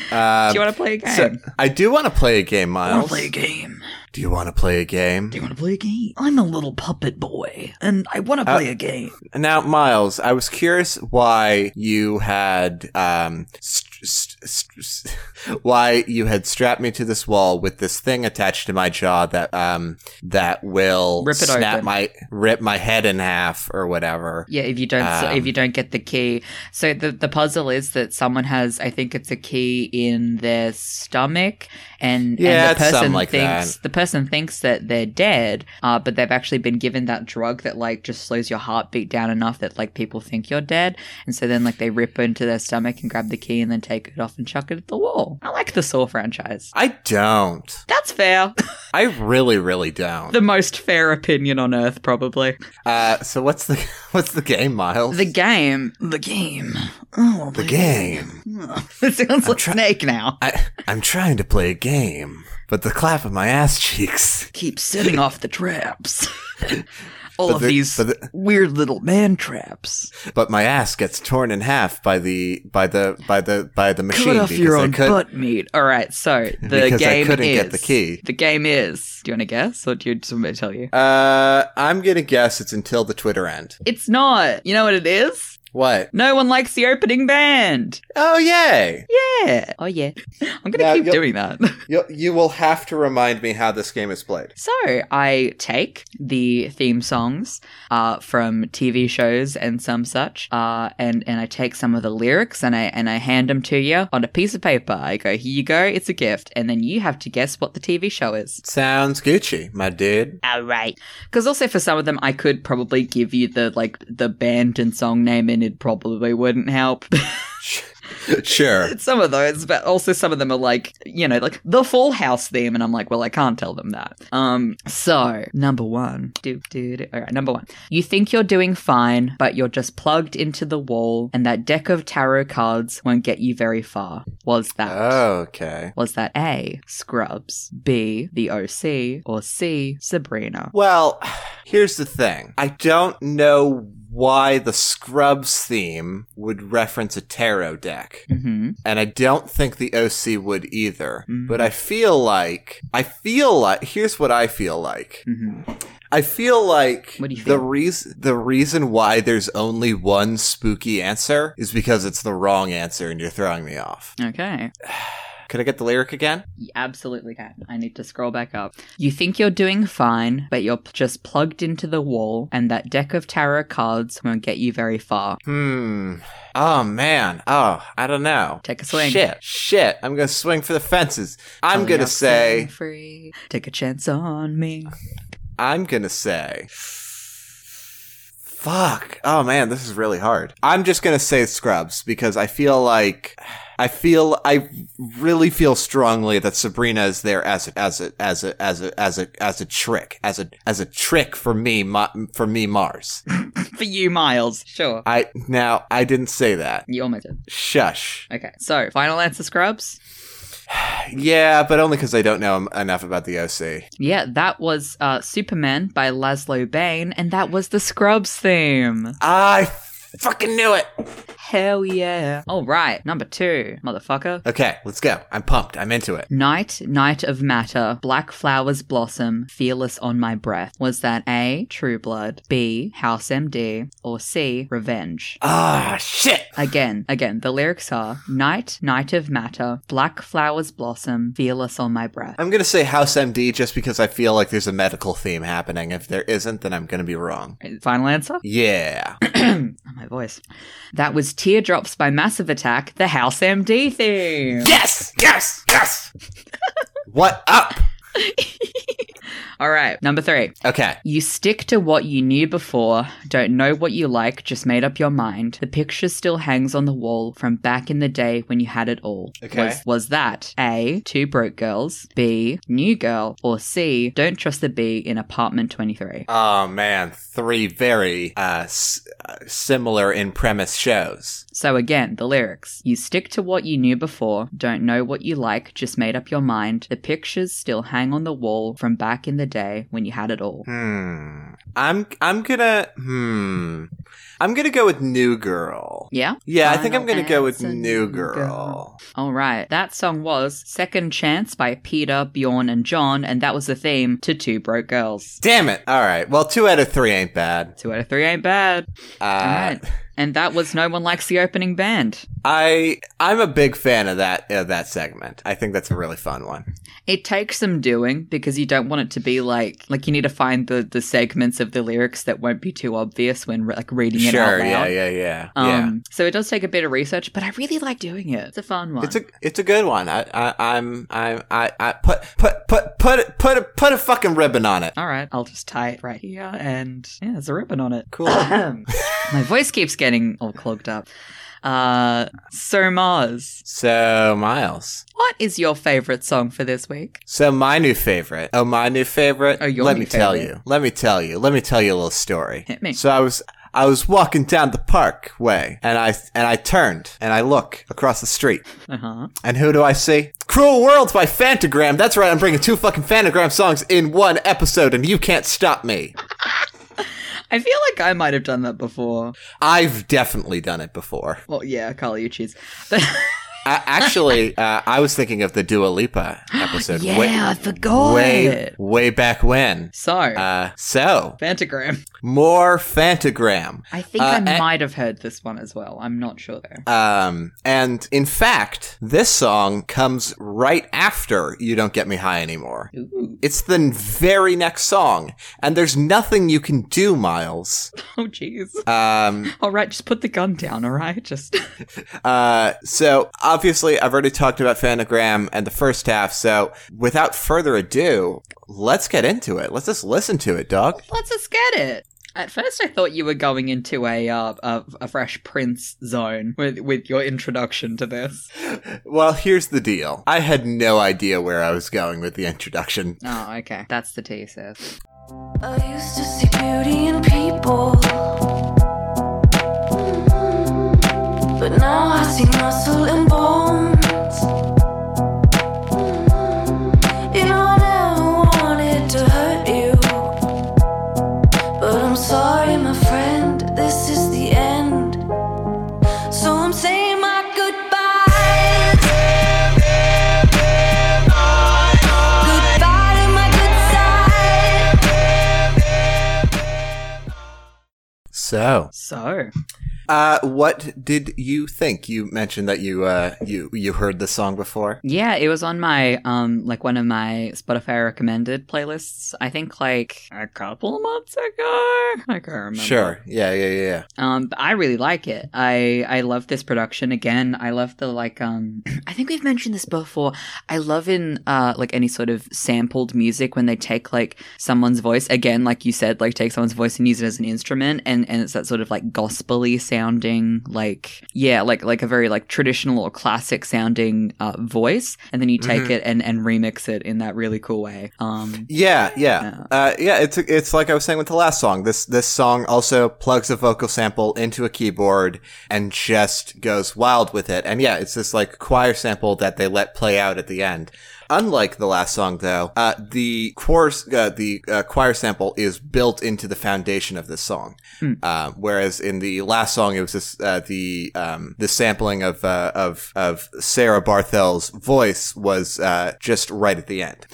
Speaker 1: Um,
Speaker 2: Do you want to play a game?
Speaker 1: so I do want to play a game,
Speaker 2: I want
Speaker 1: Miles.
Speaker 2: to play a game.
Speaker 1: Do you want to play a game?
Speaker 2: Do you want to play a game? I'm a little puppet boy, and I want to play a game.
Speaker 1: Now, Miles, I was curious why you had um, st- st- st- st- why you had strapped me to this wall with this thing attached to my jaw that um that will
Speaker 2: Rip it
Speaker 1: snap
Speaker 2: open.
Speaker 1: my rip my head in half or whatever.
Speaker 2: Yeah, if you don't so if
Speaker 1: Um,
Speaker 2: you don't get the key. So the the puzzle is that someone has I think it's a key in their stomach and,
Speaker 1: Yeah,
Speaker 2: and
Speaker 1: it's
Speaker 2: the
Speaker 1: something
Speaker 2: person
Speaker 1: like
Speaker 2: thinks the person thinks that they're dead, uh, but they've actually been given that drug that like just slows your heartbeat down enough that like people think you're dead. And so then like they rip into their stomach and grab the key and then take it off and chuck it at the wall. I like the Saw franchise.
Speaker 1: I don't.
Speaker 2: That's fair.
Speaker 1: I really, really don't.
Speaker 2: the most fair opinion on earth, probably.
Speaker 1: Uh, so what's the what's the game, Miles?
Speaker 2: The game. The game. Oh,
Speaker 1: the game.
Speaker 2: It sounds like
Speaker 1: try-
Speaker 2: Snake now.
Speaker 1: I I'm trying to play a game, but the clap of my ass cheeks.
Speaker 2: Keep setting off the traps. All
Speaker 1: But
Speaker 2: of
Speaker 1: the-
Speaker 2: these
Speaker 1: but the-
Speaker 2: weird little man traps.
Speaker 1: But my ass gets torn in half by the by the by the by the machine
Speaker 2: Cut off
Speaker 1: because
Speaker 2: your
Speaker 1: I
Speaker 2: own
Speaker 1: could,
Speaker 2: butt meat. All right, so the
Speaker 1: Because I
Speaker 2: game
Speaker 1: couldn't
Speaker 2: is
Speaker 1: get the key.
Speaker 2: The game is. Do you want to guess, or do you just want me to tell you?
Speaker 1: Uh, I'm gonna guess it's until the Twitter end.
Speaker 2: It's not. You know what it is?
Speaker 1: What?
Speaker 2: No one likes the opening band.
Speaker 1: Oh, yay!
Speaker 2: Yeah. Oh yeah. I'm gonna
Speaker 1: Now,
Speaker 2: keep
Speaker 1: you'll-
Speaker 2: doing that.
Speaker 1: You you will have to remind me how this game is played.
Speaker 2: So I take the theme songs uh, from TV shows and some such, uh, and and I take some of the lyrics and I and I hand them to you on a piece of paper. I go, here you go, it's a gift, and then you have to guess what the TV show is.
Speaker 1: Sounds Gucci, my dude.
Speaker 2: All right. Because also for some of them, I could probably give you the like the band and song name, and it probably wouldn't help.
Speaker 1: sure.
Speaker 2: some of those, but also some of them are like, you know, like the Full House theme, and I'm like, well, I can't tell them that. Um, so number one, do do do. All right, number one. You think you're doing fine, but you're just plugged into the wall, and that deck of tarot cards won't get you very far. Was that?
Speaker 1: Ah. Okay.
Speaker 2: Was that A, Scrubs, B, The OC, or C, Sabrina?
Speaker 1: Well, here's the thing. I don't know why the Scrubs theme would reference a tarot deck.
Speaker 2: hmm
Speaker 1: and I don't think the OC would either.
Speaker 2: Mhm.
Speaker 1: But I feel like I feel like here's what I feel like.
Speaker 2: hmm
Speaker 1: I feel like
Speaker 2: What do you
Speaker 1: the
Speaker 2: feel?
Speaker 1: reason the reason why there's only one spooky answer is because it's the wrong answer and you're throwing me off.
Speaker 2: Okay.
Speaker 1: Could I get the lyric again?
Speaker 2: You absolutely can. I need to scroll back up. You think you're doing fine, but you're p- just plugged into the wall, and that deck of tarot cards won't get you very far.
Speaker 1: Hmm. Oh man. Oh, I don't know.
Speaker 2: Take a swing.
Speaker 1: Shit. Shit. I'm gonna swing for the fences. I'm
Speaker 2: Only
Speaker 1: gonna
Speaker 2: I'll
Speaker 1: say.
Speaker 2: stand free. Take a chance on me.
Speaker 1: I'm gonna say. Fuck. Oh man, this is really hard. I'm just gonna say Scrubs because I feel like I feel I really feel strongly that Sabrina is there as a as a as a as a as a as a trick as a as a trick for me Ma- for me Mars.
Speaker 2: For you, Miles. Sure.
Speaker 1: I now I didn't say that.
Speaker 2: You almost did.
Speaker 1: Shush.
Speaker 2: Okay. So, final answer, Scrubs?
Speaker 1: Yeah, but only because I don't know em- enough about the OC.
Speaker 2: Yeah, that was uh, Superman by Laszlo Bain, and that was the Scrubs theme.
Speaker 1: I fucking knew it.
Speaker 2: Hell yeah. All right. Number two, motherfucker.
Speaker 1: Okay, let's go. I'm pumped. I'm into it.
Speaker 2: Night, night of matter, black flowers blossom, fearless on my breath. Was that A, True Blood, B, House MD, or C, Revenge?
Speaker 1: Ah, shit.
Speaker 2: Again, again, the lyrics are Night, night of matter, black flowers blossom, fearless on my breath.
Speaker 1: I'm gonna say House MD just because I feel like there's a medical theme happening. If there isn't, then I'm gonna be wrong.
Speaker 2: Final answer?
Speaker 1: Yeah.
Speaker 2: oh, my voice. That was Teardrops by Massive Attack, the House MD theme.
Speaker 1: yes, yes, yes. what up?
Speaker 2: All right, number three.
Speaker 7: Okay.
Speaker 2: You stick to what you knew before, don't know what you like, just made up your mind. The picture still hangs on the wall from back in the day when you had it all.
Speaker 7: Okay.
Speaker 2: Was, was that A, two broke girls, B, new girl, or C, don't trust the B in apartment 23?
Speaker 1: Oh man, three very uh, s- uh, similar in premise shows.
Speaker 2: So again, the lyrics. You stick to what you knew before, don't know what you like, just made up your mind. The pictures still hang on the wall from back in the day when you had it all.
Speaker 1: Hmm. I'm I'm gonna hmm. I'm gonna go with New Girl.
Speaker 2: Yeah?
Speaker 1: Yeah, I think I'm
Speaker 2: Final
Speaker 1: gonna go with
Speaker 2: answer,
Speaker 1: New
Speaker 2: New
Speaker 1: Girl.
Speaker 2: All right. That song was Second Chance by Peter, Bjorn, and John, and that was the theme to Two Broke Girls.
Speaker 1: Damn it! All right. Well, two out of three ain't bad.
Speaker 2: Two out of three ain't bad.
Speaker 1: Uh,
Speaker 2: All right. And that was No One Likes the Opening Band.
Speaker 1: I I'm a big fan of that of that segment. I think that's a really fun one.
Speaker 2: It takes some doing because you don't want it to be like like you need to find the the segments of the lyrics that won't be too obvious when re- like reading it out
Speaker 1: Sure.
Speaker 2: loud.
Speaker 1: Yeah. Yeah. Yeah.
Speaker 2: Um,
Speaker 1: yeah.
Speaker 2: So it does take a bit of research, but I really like doing it. It's a fun one.
Speaker 1: It's a it's a good one. I I I'm I I, I put put put put it- put a, put a fucking ribbon on it.
Speaker 2: All right, I'll just tie it right here, and yeah, there's a ribbon on it.
Speaker 1: Cool.
Speaker 2: My voice keeps getting all clogged up. Uh, so Mars,
Speaker 1: so Miles.
Speaker 2: what is your favorite song for this week?
Speaker 1: So my new favorite. Oh, my new favorite.
Speaker 2: Oh, your
Speaker 1: Let
Speaker 2: new
Speaker 1: me tell
Speaker 2: favorite.
Speaker 1: you. Let me tell you. Let me tell you a little story.
Speaker 2: Hit me.
Speaker 1: So I was I was walking down the park way, and I and I turned and I look across the street,
Speaker 2: Uh huh.
Speaker 1: and who do I see? Cruel Worlds by Fantagram. That's right. I'm bringing two fucking Fantagram songs in one episode, and you can't stop me.
Speaker 2: I feel like I might have done that before.
Speaker 1: I've definitely done it before.
Speaker 2: Well, yeah, Carly Uchis.
Speaker 1: I, actually, uh, I was thinking of the Dua Lipa episode.
Speaker 2: yeah, I
Speaker 1: way,
Speaker 2: forgot.
Speaker 1: way, way back when.
Speaker 2: So,
Speaker 1: Uh, so
Speaker 2: Fantagram.
Speaker 1: more Fantagram.
Speaker 2: I think
Speaker 1: uh,
Speaker 2: I
Speaker 1: and-
Speaker 2: might have heard this one as well. I'm not sure though.
Speaker 1: Um, and in fact, this song comes right after "You Don't Get Me High Anymore."
Speaker 2: Ooh.
Speaker 1: It's the very next song, and there's nothing you can do, Miles.
Speaker 2: Oh, jeez.
Speaker 1: Um,
Speaker 2: All right, just put the gun down. All right, just.
Speaker 1: Uh, so obviously, I've already talked about Fanagram and the first half. So without further ado, let's get into it. Let's just listen to it, dog.
Speaker 2: Let's just get it. At first, I thought you were going into a uh, a, a Fresh Prince zone with with your introduction to this.
Speaker 1: Well, here's the deal. I had no idea where I was going with the introduction.
Speaker 2: Oh, okay, that's the thesis.
Speaker 3: I used to see beauty in people. But now I see muscle and bones. You know, I never wanted to hurt you. But I'm sorry, my friend, this is the end. So I'm saying my goodbyes. Goodbye to my good side.
Speaker 1: So,
Speaker 2: So,
Speaker 1: uh, what did you think? You mentioned that you uh you you heard the song before.
Speaker 2: yeah, it was on my um like one of my Spotify recommended playlists. I think like a couple months ago. I can't remember.
Speaker 1: Sure. Yeah. Yeah. Yeah. yeah.
Speaker 2: Um, but I really like it. I I love this production again. I love the like um. I think we've mentioned this before. I love in uh like any sort of sampled music when they take like someone's voice again, like you said, like take someone's voice and use it as an instrument, and and it's that sort of like gospely sounding, like yeah, like like a very like traditional or classic sounding uh, voice, and then you take it and and remix it in that really cool way. Um,
Speaker 1: Yeah, yeah, uh, yeah. It's it's like I was saying with the last song. This this song also plugs a vocal sample into a keyboard and just goes wild with it. And yeah, it's this like choir sample that they let play out at the end. Unlike the last song, though, uh, the chorus, uh, the uh, choir sample is built into the foundation of this song. Uh, whereas in the last song, it was this, uh, the um, the sampling of uh, of of Sarah Barthel's voice was uh, just right at the end.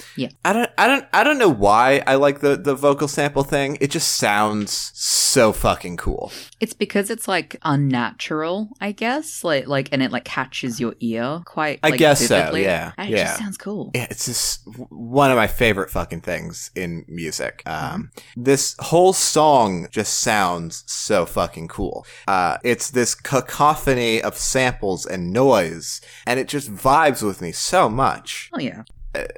Speaker 1: I don't, I don't, I don't know why I like the the vocal sample thing. It just sounds so fucking cool.
Speaker 2: It's because it's like unnatural, I guess. Like like and it like catches your ear quite
Speaker 1: I
Speaker 2: like,
Speaker 1: guess so,
Speaker 2: vividly.
Speaker 1: yeah,
Speaker 2: And it
Speaker 1: yeah.
Speaker 2: just sounds cool.
Speaker 1: Yeah, it's just w- one of my favorite fucking things in music. Um, this whole song just sounds so fucking cool. Uh, it's this cacophony of samples and noise, and it just vibes with me so much.
Speaker 2: Oh yeah.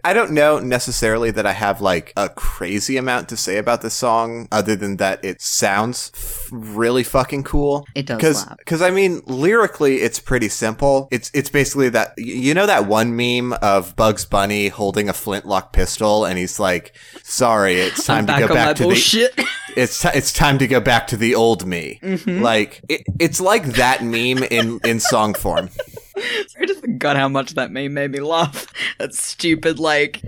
Speaker 1: I don't know necessarily that I have like a crazy amount to say about this song, other than that it sounds f- really fucking cool.
Speaker 2: It does
Speaker 1: because
Speaker 2: slap.
Speaker 1: because I mean lyrically it's pretty simple. It's it's basically that y- you know that one meme of Bugs Bunny holding a flintlock pistol and he's like, "Sorry, it's time
Speaker 2: I'm
Speaker 1: to
Speaker 2: back
Speaker 1: go
Speaker 2: on my
Speaker 1: back to the
Speaker 2: bullshit.
Speaker 1: it's ti it's time to go back to the old me."
Speaker 2: Mm-hmm.
Speaker 1: Like it, it's like that meme in in song form.
Speaker 2: I just forgot how much that meme made me laugh. That stupid, like,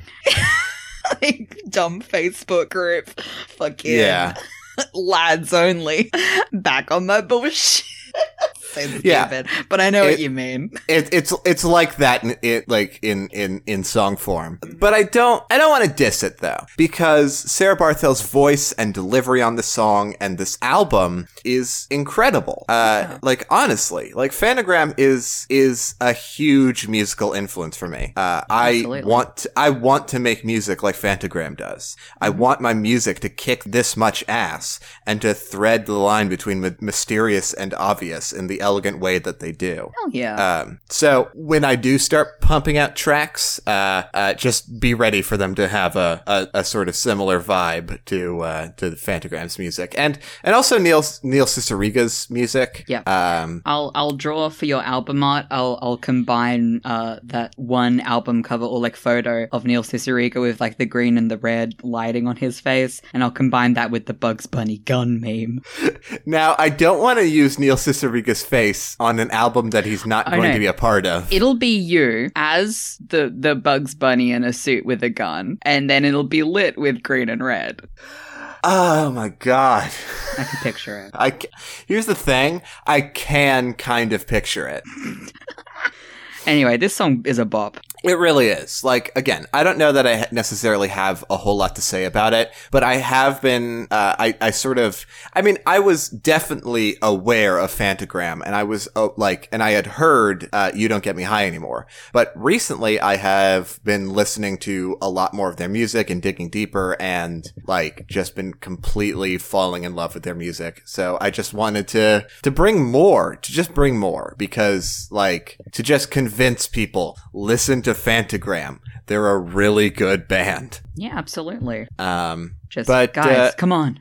Speaker 2: like dumb Facebook group. Fucking
Speaker 1: Yeah.
Speaker 2: lads only. Back on my bullshit. so stupid.
Speaker 1: Yeah.
Speaker 2: But I know what
Speaker 1: It-
Speaker 2: you mean.
Speaker 1: It, it's it's like that in, it like in in in song form but i don't i don't want to diss it though because sarah barthel's voice and delivery on the song and this album is incredible uh like honestly like fanagram is is a huge musical influence for me uh i
Speaker 2: Absolutely.
Speaker 1: want to, i want to make music like fantagram does i want my music to kick this much ass and to thread the line between my- mysterious and obvious in the elegant way that they do
Speaker 2: Hell yeah.
Speaker 1: um, so when I do start pumping out tracks, uh, uh, just be ready for them to have a, a, a sort of similar vibe to uh, to the Fantagram's music, and and also Neil Neil Cicerega's music.
Speaker 2: Yeah.
Speaker 1: Um,
Speaker 2: I'll I'll draw for your album art. I'll I'll combine uh that one album cover or like photo of Neil Ciceruga with like the green and the red lighting on his face, and I'll combine that with the Bugs Bunny gun meme.
Speaker 1: now I don't want to use Neil Cicerega's face on an album that he's not
Speaker 2: I
Speaker 1: going
Speaker 2: know.
Speaker 1: to be a part of.
Speaker 2: It'll be you as the the Bugs Bunny in a suit with a gun, and then it'll be lit with green and red.
Speaker 1: oh my god.
Speaker 2: I can picture it.
Speaker 1: I ca- here's the thing. I can kind of picture it.
Speaker 2: Anyway, this song is a bop.
Speaker 1: It really is. Like, again, I don't know that I ha- necessarily have a whole lot to say about it, but I have been, uh, I, I sort of, I mean, I was definitely aware of Fantagram and I was oh, like, and I had heard, uh, You Don't Get Me High Anymore. But recently I have been listening to a lot more of their music and digging deeper and like just been completely falling in love with their music. So I just wanted to, to bring more, to just bring more because like to just convince people, listen to Fantagram. They're a really good band.
Speaker 2: Yeah, absolutely.
Speaker 1: Um,
Speaker 2: Just
Speaker 1: But,
Speaker 2: guys,
Speaker 1: uh,
Speaker 2: come on.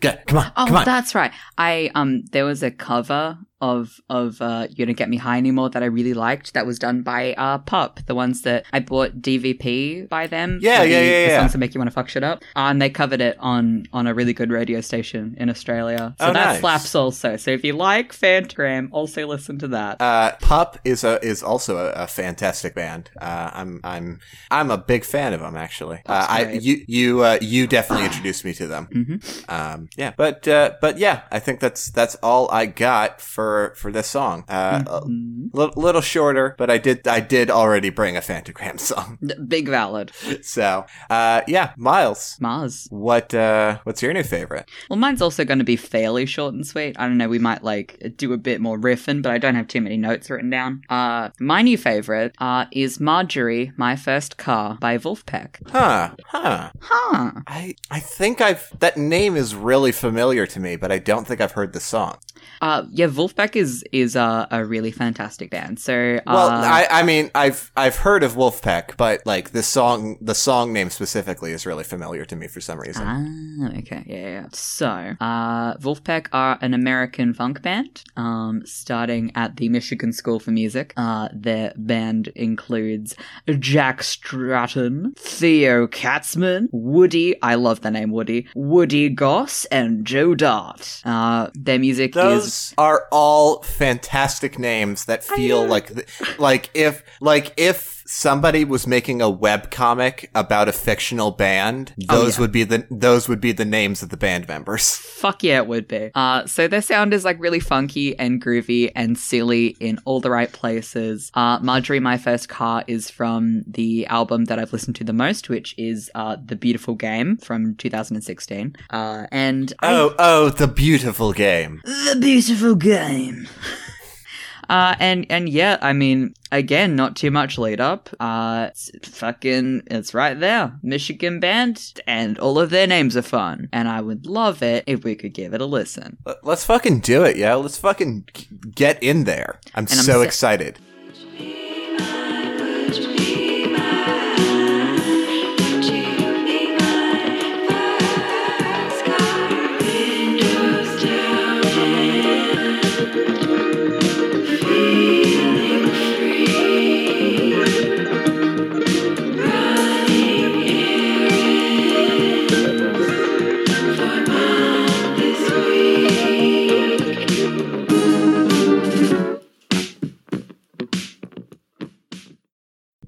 Speaker 1: go- come on,
Speaker 2: Oh,
Speaker 1: come on.
Speaker 2: that's right. I um, there was a cover of of uh, "You Don't Get Me High Anymore" that I really liked. That was done by uh, Pup, the ones that I bought DVP by them.
Speaker 1: Yeah,
Speaker 2: for
Speaker 1: yeah,
Speaker 2: the,
Speaker 1: yeah,
Speaker 2: The
Speaker 1: yeah.
Speaker 2: songs that make you want to fuck shit up, uh, and they covered it on on a really good radio station in Australia. So
Speaker 1: Oh,
Speaker 2: that
Speaker 1: nice.
Speaker 2: slaps also. So if you like Fantagram, also listen to that.
Speaker 1: uh, Pup is a is also a, a fantastic band. Uh, I'm I'm I'm a big fan of them actually. Uh,
Speaker 2: Pup's
Speaker 1: I
Speaker 2: great.
Speaker 1: you you uh, you definitely introduced me to them.
Speaker 2: Mhm.
Speaker 1: Um, yeah, but uh, but yeah, I think that's that's all I got for for this song. Uh,
Speaker 2: Mm.
Speaker 1: a li- little shorter, but I did I did already bring a Fantagram song.
Speaker 2: D- Big valid
Speaker 1: So uh, yeah, Miles,
Speaker 2: Mars.
Speaker 1: what uh, what's your new favorite?
Speaker 2: Well, mine's also going to be fairly short and sweet. I don't know. We might like do a bit more riffing, but I don't have too many notes written down. Uh, my new favorite uh, is "Marjorie, My First Car" by Wolfpack.
Speaker 1: Huh? Huh?
Speaker 2: Huh.
Speaker 1: I I think I've that name is really familiar to me, but I don't think I've heard the song.
Speaker 2: Uh, yeah, Wolfpack is is uh, a really fantastic band. So, uh,
Speaker 1: Well, I, I mean, I've I've heard of Wolfpack, but like the song, the song name specifically is really familiar to me for some reason.
Speaker 2: Ah, okay, yeah, yeah, yeah. So, uh, Wolfpack are an American funk band, um, starting at the Michigan School for Music. Uh, their band includes Jack Stratton, Theo Katzman, Woody, I love the name Woody, Woody Goss, and Joe Dart. Uh, their music is.
Speaker 1: Those are all fantastic names that feel like th- like if like if somebody was making a web comic about a fictional band, those
Speaker 2: Oh, yeah.
Speaker 1: would be the those would be the names of the band members.
Speaker 2: Fuck yeah, it would be. Uh, so their sound is like really funky and groovy and silly in all the right places. Uh, Marjorie, my first car is from the album that I've listened to the most, which is uh, The Beautiful Game from 2016. Uh, and I-
Speaker 1: Oh, oh, the beautiful game.
Speaker 2: the beautiful game. Uh, and and yeah, I mean, again, not too much lead up. Uh, it's fucking, it's right there, Michigan band, and all of their names are fun. And I would love it if we could give it a listen.
Speaker 1: Let- Let's fucking do it, yo. Let's fucking g- get in there. I'm
Speaker 2: I'm
Speaker 1: so
Speaker 2: sa-
Speaker 1: excited.
Speaker 8: Would you be mine?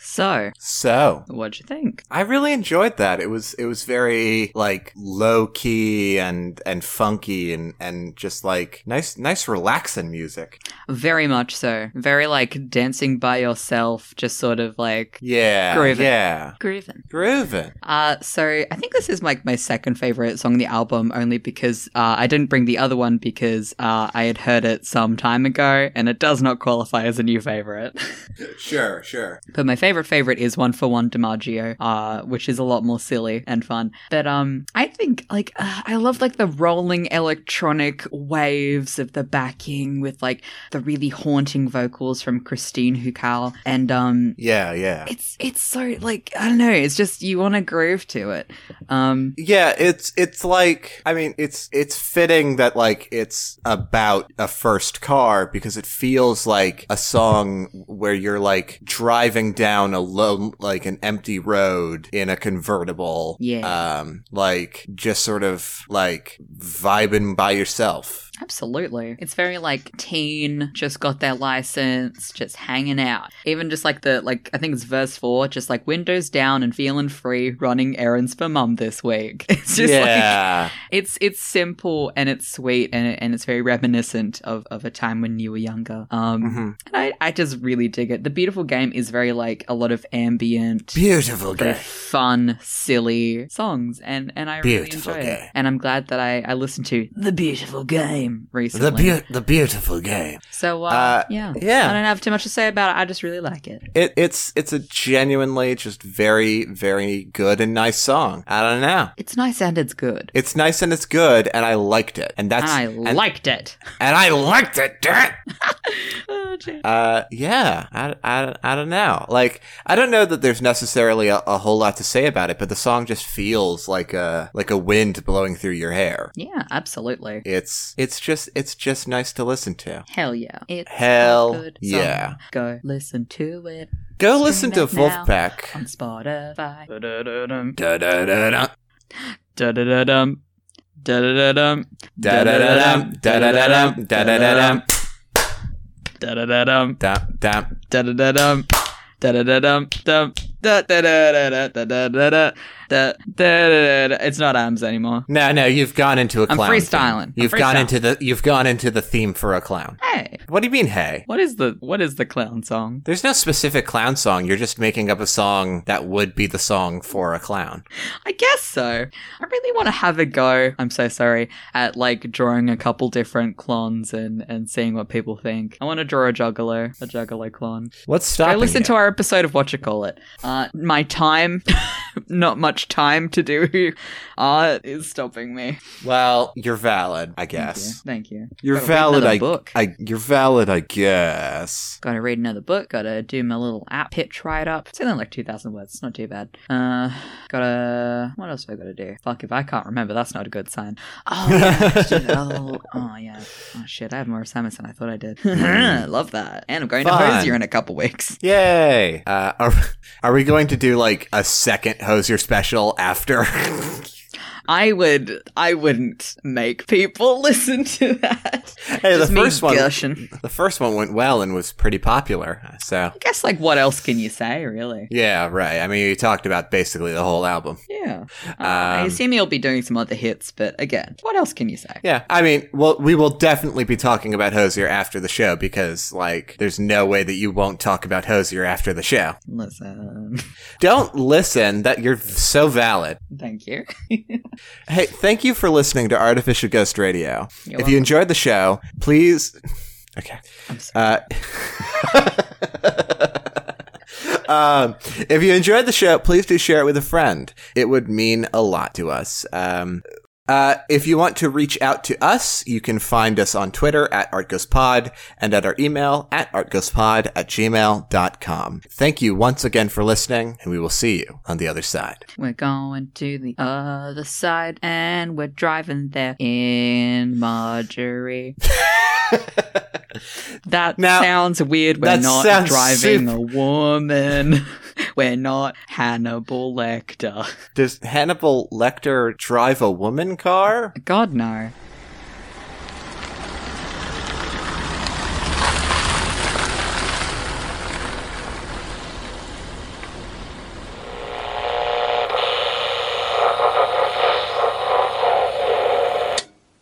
Speaker 2: So,
Speaker 1: So
Speaker 2: what'd you think?
Speaker 1: I really enjoyed that. It was it was very like low key and and funky and and just like nice nice relaxing music.
Speaker 2: Very much so. Very like dancing by yourself, just sort of like
Speaker 1: Yeah,
Speaker 2: Groovin'.
Speaker 1: yeah,
Speaker 2: grooving.
Speaker 1: grooving.
Speaker 2: Uh, so I think this is like my second favorite song on the album, only because uh, I didn't bring the other one because uh, I had heard it some time ago, and it does not qualify as a new favorite.
Speaker 1: Sure, sure.
Speaker 2: but my favorite favorite is One for One DiMaggio, uh, which is a lot more silly and fun. But um, I think like uh, I love like the rolling electronic waves of the backing with like the really haunting vocals from Christine Hucal, and um,
Speaker 1: Yeah, yeah.
Speaker 2: it's it's so like I don't know. It's just you want to groove to it. Um,
Speaker 1: Yeah, it's it's like I mean it's it's fitting that like it's about a first car because it feels like a song where you're like driving down a lone like an empty road in a convertible.
Speaker 2: Yeah.
Speaker 1: Um like just sort of like vibing by yourself.
Speaker 2: absolutely, it's very like teen, just got their license, just hanging out. Even just like the like I think it's verse four, just like windows down and feeling free, running errands for mum this week. It's just like
Speaker 1: yeah.
Speaker 2: it's it's simple and it's sweet and it, and it's very reminiscent of of a time when you were younger. Um,
Speaker 1: Mhm.
Speaker 2: and I I just really dig it. The beautiful game is very like a lot of ambient.
Speaker 1: Beautiful
Speaker 2: sort of
Speaker 1: day.
Speaker 2: fun, silly songs, and and I
Speaker 1: Beautiful
Speaker 2: really enjoy
Speaker 1: game.
Speaker 2: it. And I'm glad that I I listened to the Beautiful Game recently.
Speaker 1: The beau the beautiful game.
Speaker 2: so uh,
Speaker 1: uh,
Speaker 2: yeah,
Speaker 1: yeah.
Speaker 2: I don't have too much to say about it. I just really like it.
Speaker 1: It, it's it's a genuinely just very very good and nice song. I don't know.
Speaker 2: It's nice and it's good.
Speaker 1: It's nice and it's good, and I liked it. And that's
Speaker 2: I
Speaker 1: and,
Speaker 2: liked it.
Speaker 1: and I liked it. Damn. it.
Speaker 2: Oh, gee.
Speaker 1: Uh, yeah. I, I, I don't know. Like, I don't know that there's necessarily a, a whole lot to say about it, but the song just feels like a like a wind blowing through your hair.
Speaker 2: yeah, absolutely.
Speaker 1: It's it's just it's just nice to listen to.
Speaker 2: Hell yeah. It's a
Speaker 1: Hell
Speaker 2: good song.
Speaker 1: yeah.
Speaker 2: Go listen to it
Speaker 1: Go
Speaker 2: Stream
Speaker 1: listen to
Speaker 2: it now.
Speaker 1: Wolfpack.
Speaker 2: on Spotify. Da-da-da-dum.
Speaker 1: Da-da-da-da.
Speaker 2: Da-da-da-dum. Da-da-da-dum.
Speaker 1: Da-da-da-dum. Da-da-da-dum. Da-da-da-dum.
Speaker 2: Da-da-da-dum.
Speaker 1: Dum, dum.
Speaker 2: da da da dum da da da dum dum da da da da da da da da da da da da it's not arms anymore
Speaker 1: No, no, you've gone into a
Speaker 2: I'm
Speaker 1: clown. theme.
Speaker 2: freestyling. I'm
Speaker 1: You've gone
Speaker 2: freestyling.
Speaker 1: into the you've gone into the theme for a clown.
Speaker 2: hey
Speaker 1: What do you mean, hey?
Speaker 2: what is the what is the clown song
Speaker 1: There's no specific clown song. You're just making up a song that would be the song for a clown.
Speaker 2: i guess so i really want to have a go i'm so sorry at like drawing a couple different clones and and seeing what people think i want to draw a juggalo a juggalo clone
Speaker 1: What's
Speaker 2: I
Speaker 1: stopping
Speaker 2: listened
Speaker 1: you?
Speaker 2: to our episode of what you call it. Uh, my time, not much time to do art is stopping me.
Speaker 1: well, you're valid, I guess.
Speaker 2: Thank you.
Speaker 1: You're
Speaker 2: Gotta read
Speaker 1: valid.
Speaker 2: another
Speaker 1: I,
Speaker 2: book.
Speaker 1: I you're valid, I guess.
Speaker 2: Gotta read another book. Gotta do my little app pitch write up. It's only like 2,000 words. It's not too bad. Uh, gotta. What else have I gotta do? Fuck, if I can't remember, that's not a good sign. Oh, yeah. shit, I'll- oh, yeah. Oh, shit. I have more assignments than I thought I did. Love that. And I'm going to
Speaker 1: Hmm. Fun.
Speaker 2: Hosier in a couple weeks.
Speaker 1: Yay! Uh, are are we going to do like a second Hosier special after?
Speaker 2: I would. I wouldn't make people listen to that.
Speaker 1: hey, the
Speaker 2: Just me
Speaker 1: first one,
Speaker 2: gushing.
Speaker 1: the first one went well and was pretty popular. So
Speaker 2: I guess, like, what else can you say, really?
Speaker 1: yeah, right. I mean, you talked about basically the whole album.
Speaker 2: Yeah. Uh, I
Speaker 1: Um,
Speaker 2: assume he'll be doing some other hits, but again, what else can you say?
Speaker 1: Yeah, I mean, well, we will definitely be talking about Hosier after the show because, like, there's no way that you won't talk about Hosier after the show.
Speaker 2: Listen.
Speaker 1: Don't listen. That you're so valid.
Speaker 2: Thank you.
Speaker 1: Hey, thank you for listening to Artificial Ghost Radio.
Speaker 2: You're
Speaker 1: if you enjoyed the show, please. Okay. Uh, um, if you enjoyed the show, please do share it with a friend. It would mean a lot to us. Um, uh, if you want to reach out to us, you can find us on Twitter at ArtGhostPod and at our email at artghostpod at gmail.com. Thank you once again for listening, and we will see you on the other side.
Speaker 2: We're going to the other side and we're driving there in Marjorie. that
Speaker 1: Now-
Speaker 2: sounds weird. We're
Speaker 1: that
Speaker 2: not
Speaker 1: sounds
Speaker 2: driving
Speaker 1: super-
Speaker 2: a woman. we're not Hannibal Lecter.
Speaker 1: Does Hannibal Lecter drive a woman car?
Speaker 2: God, no.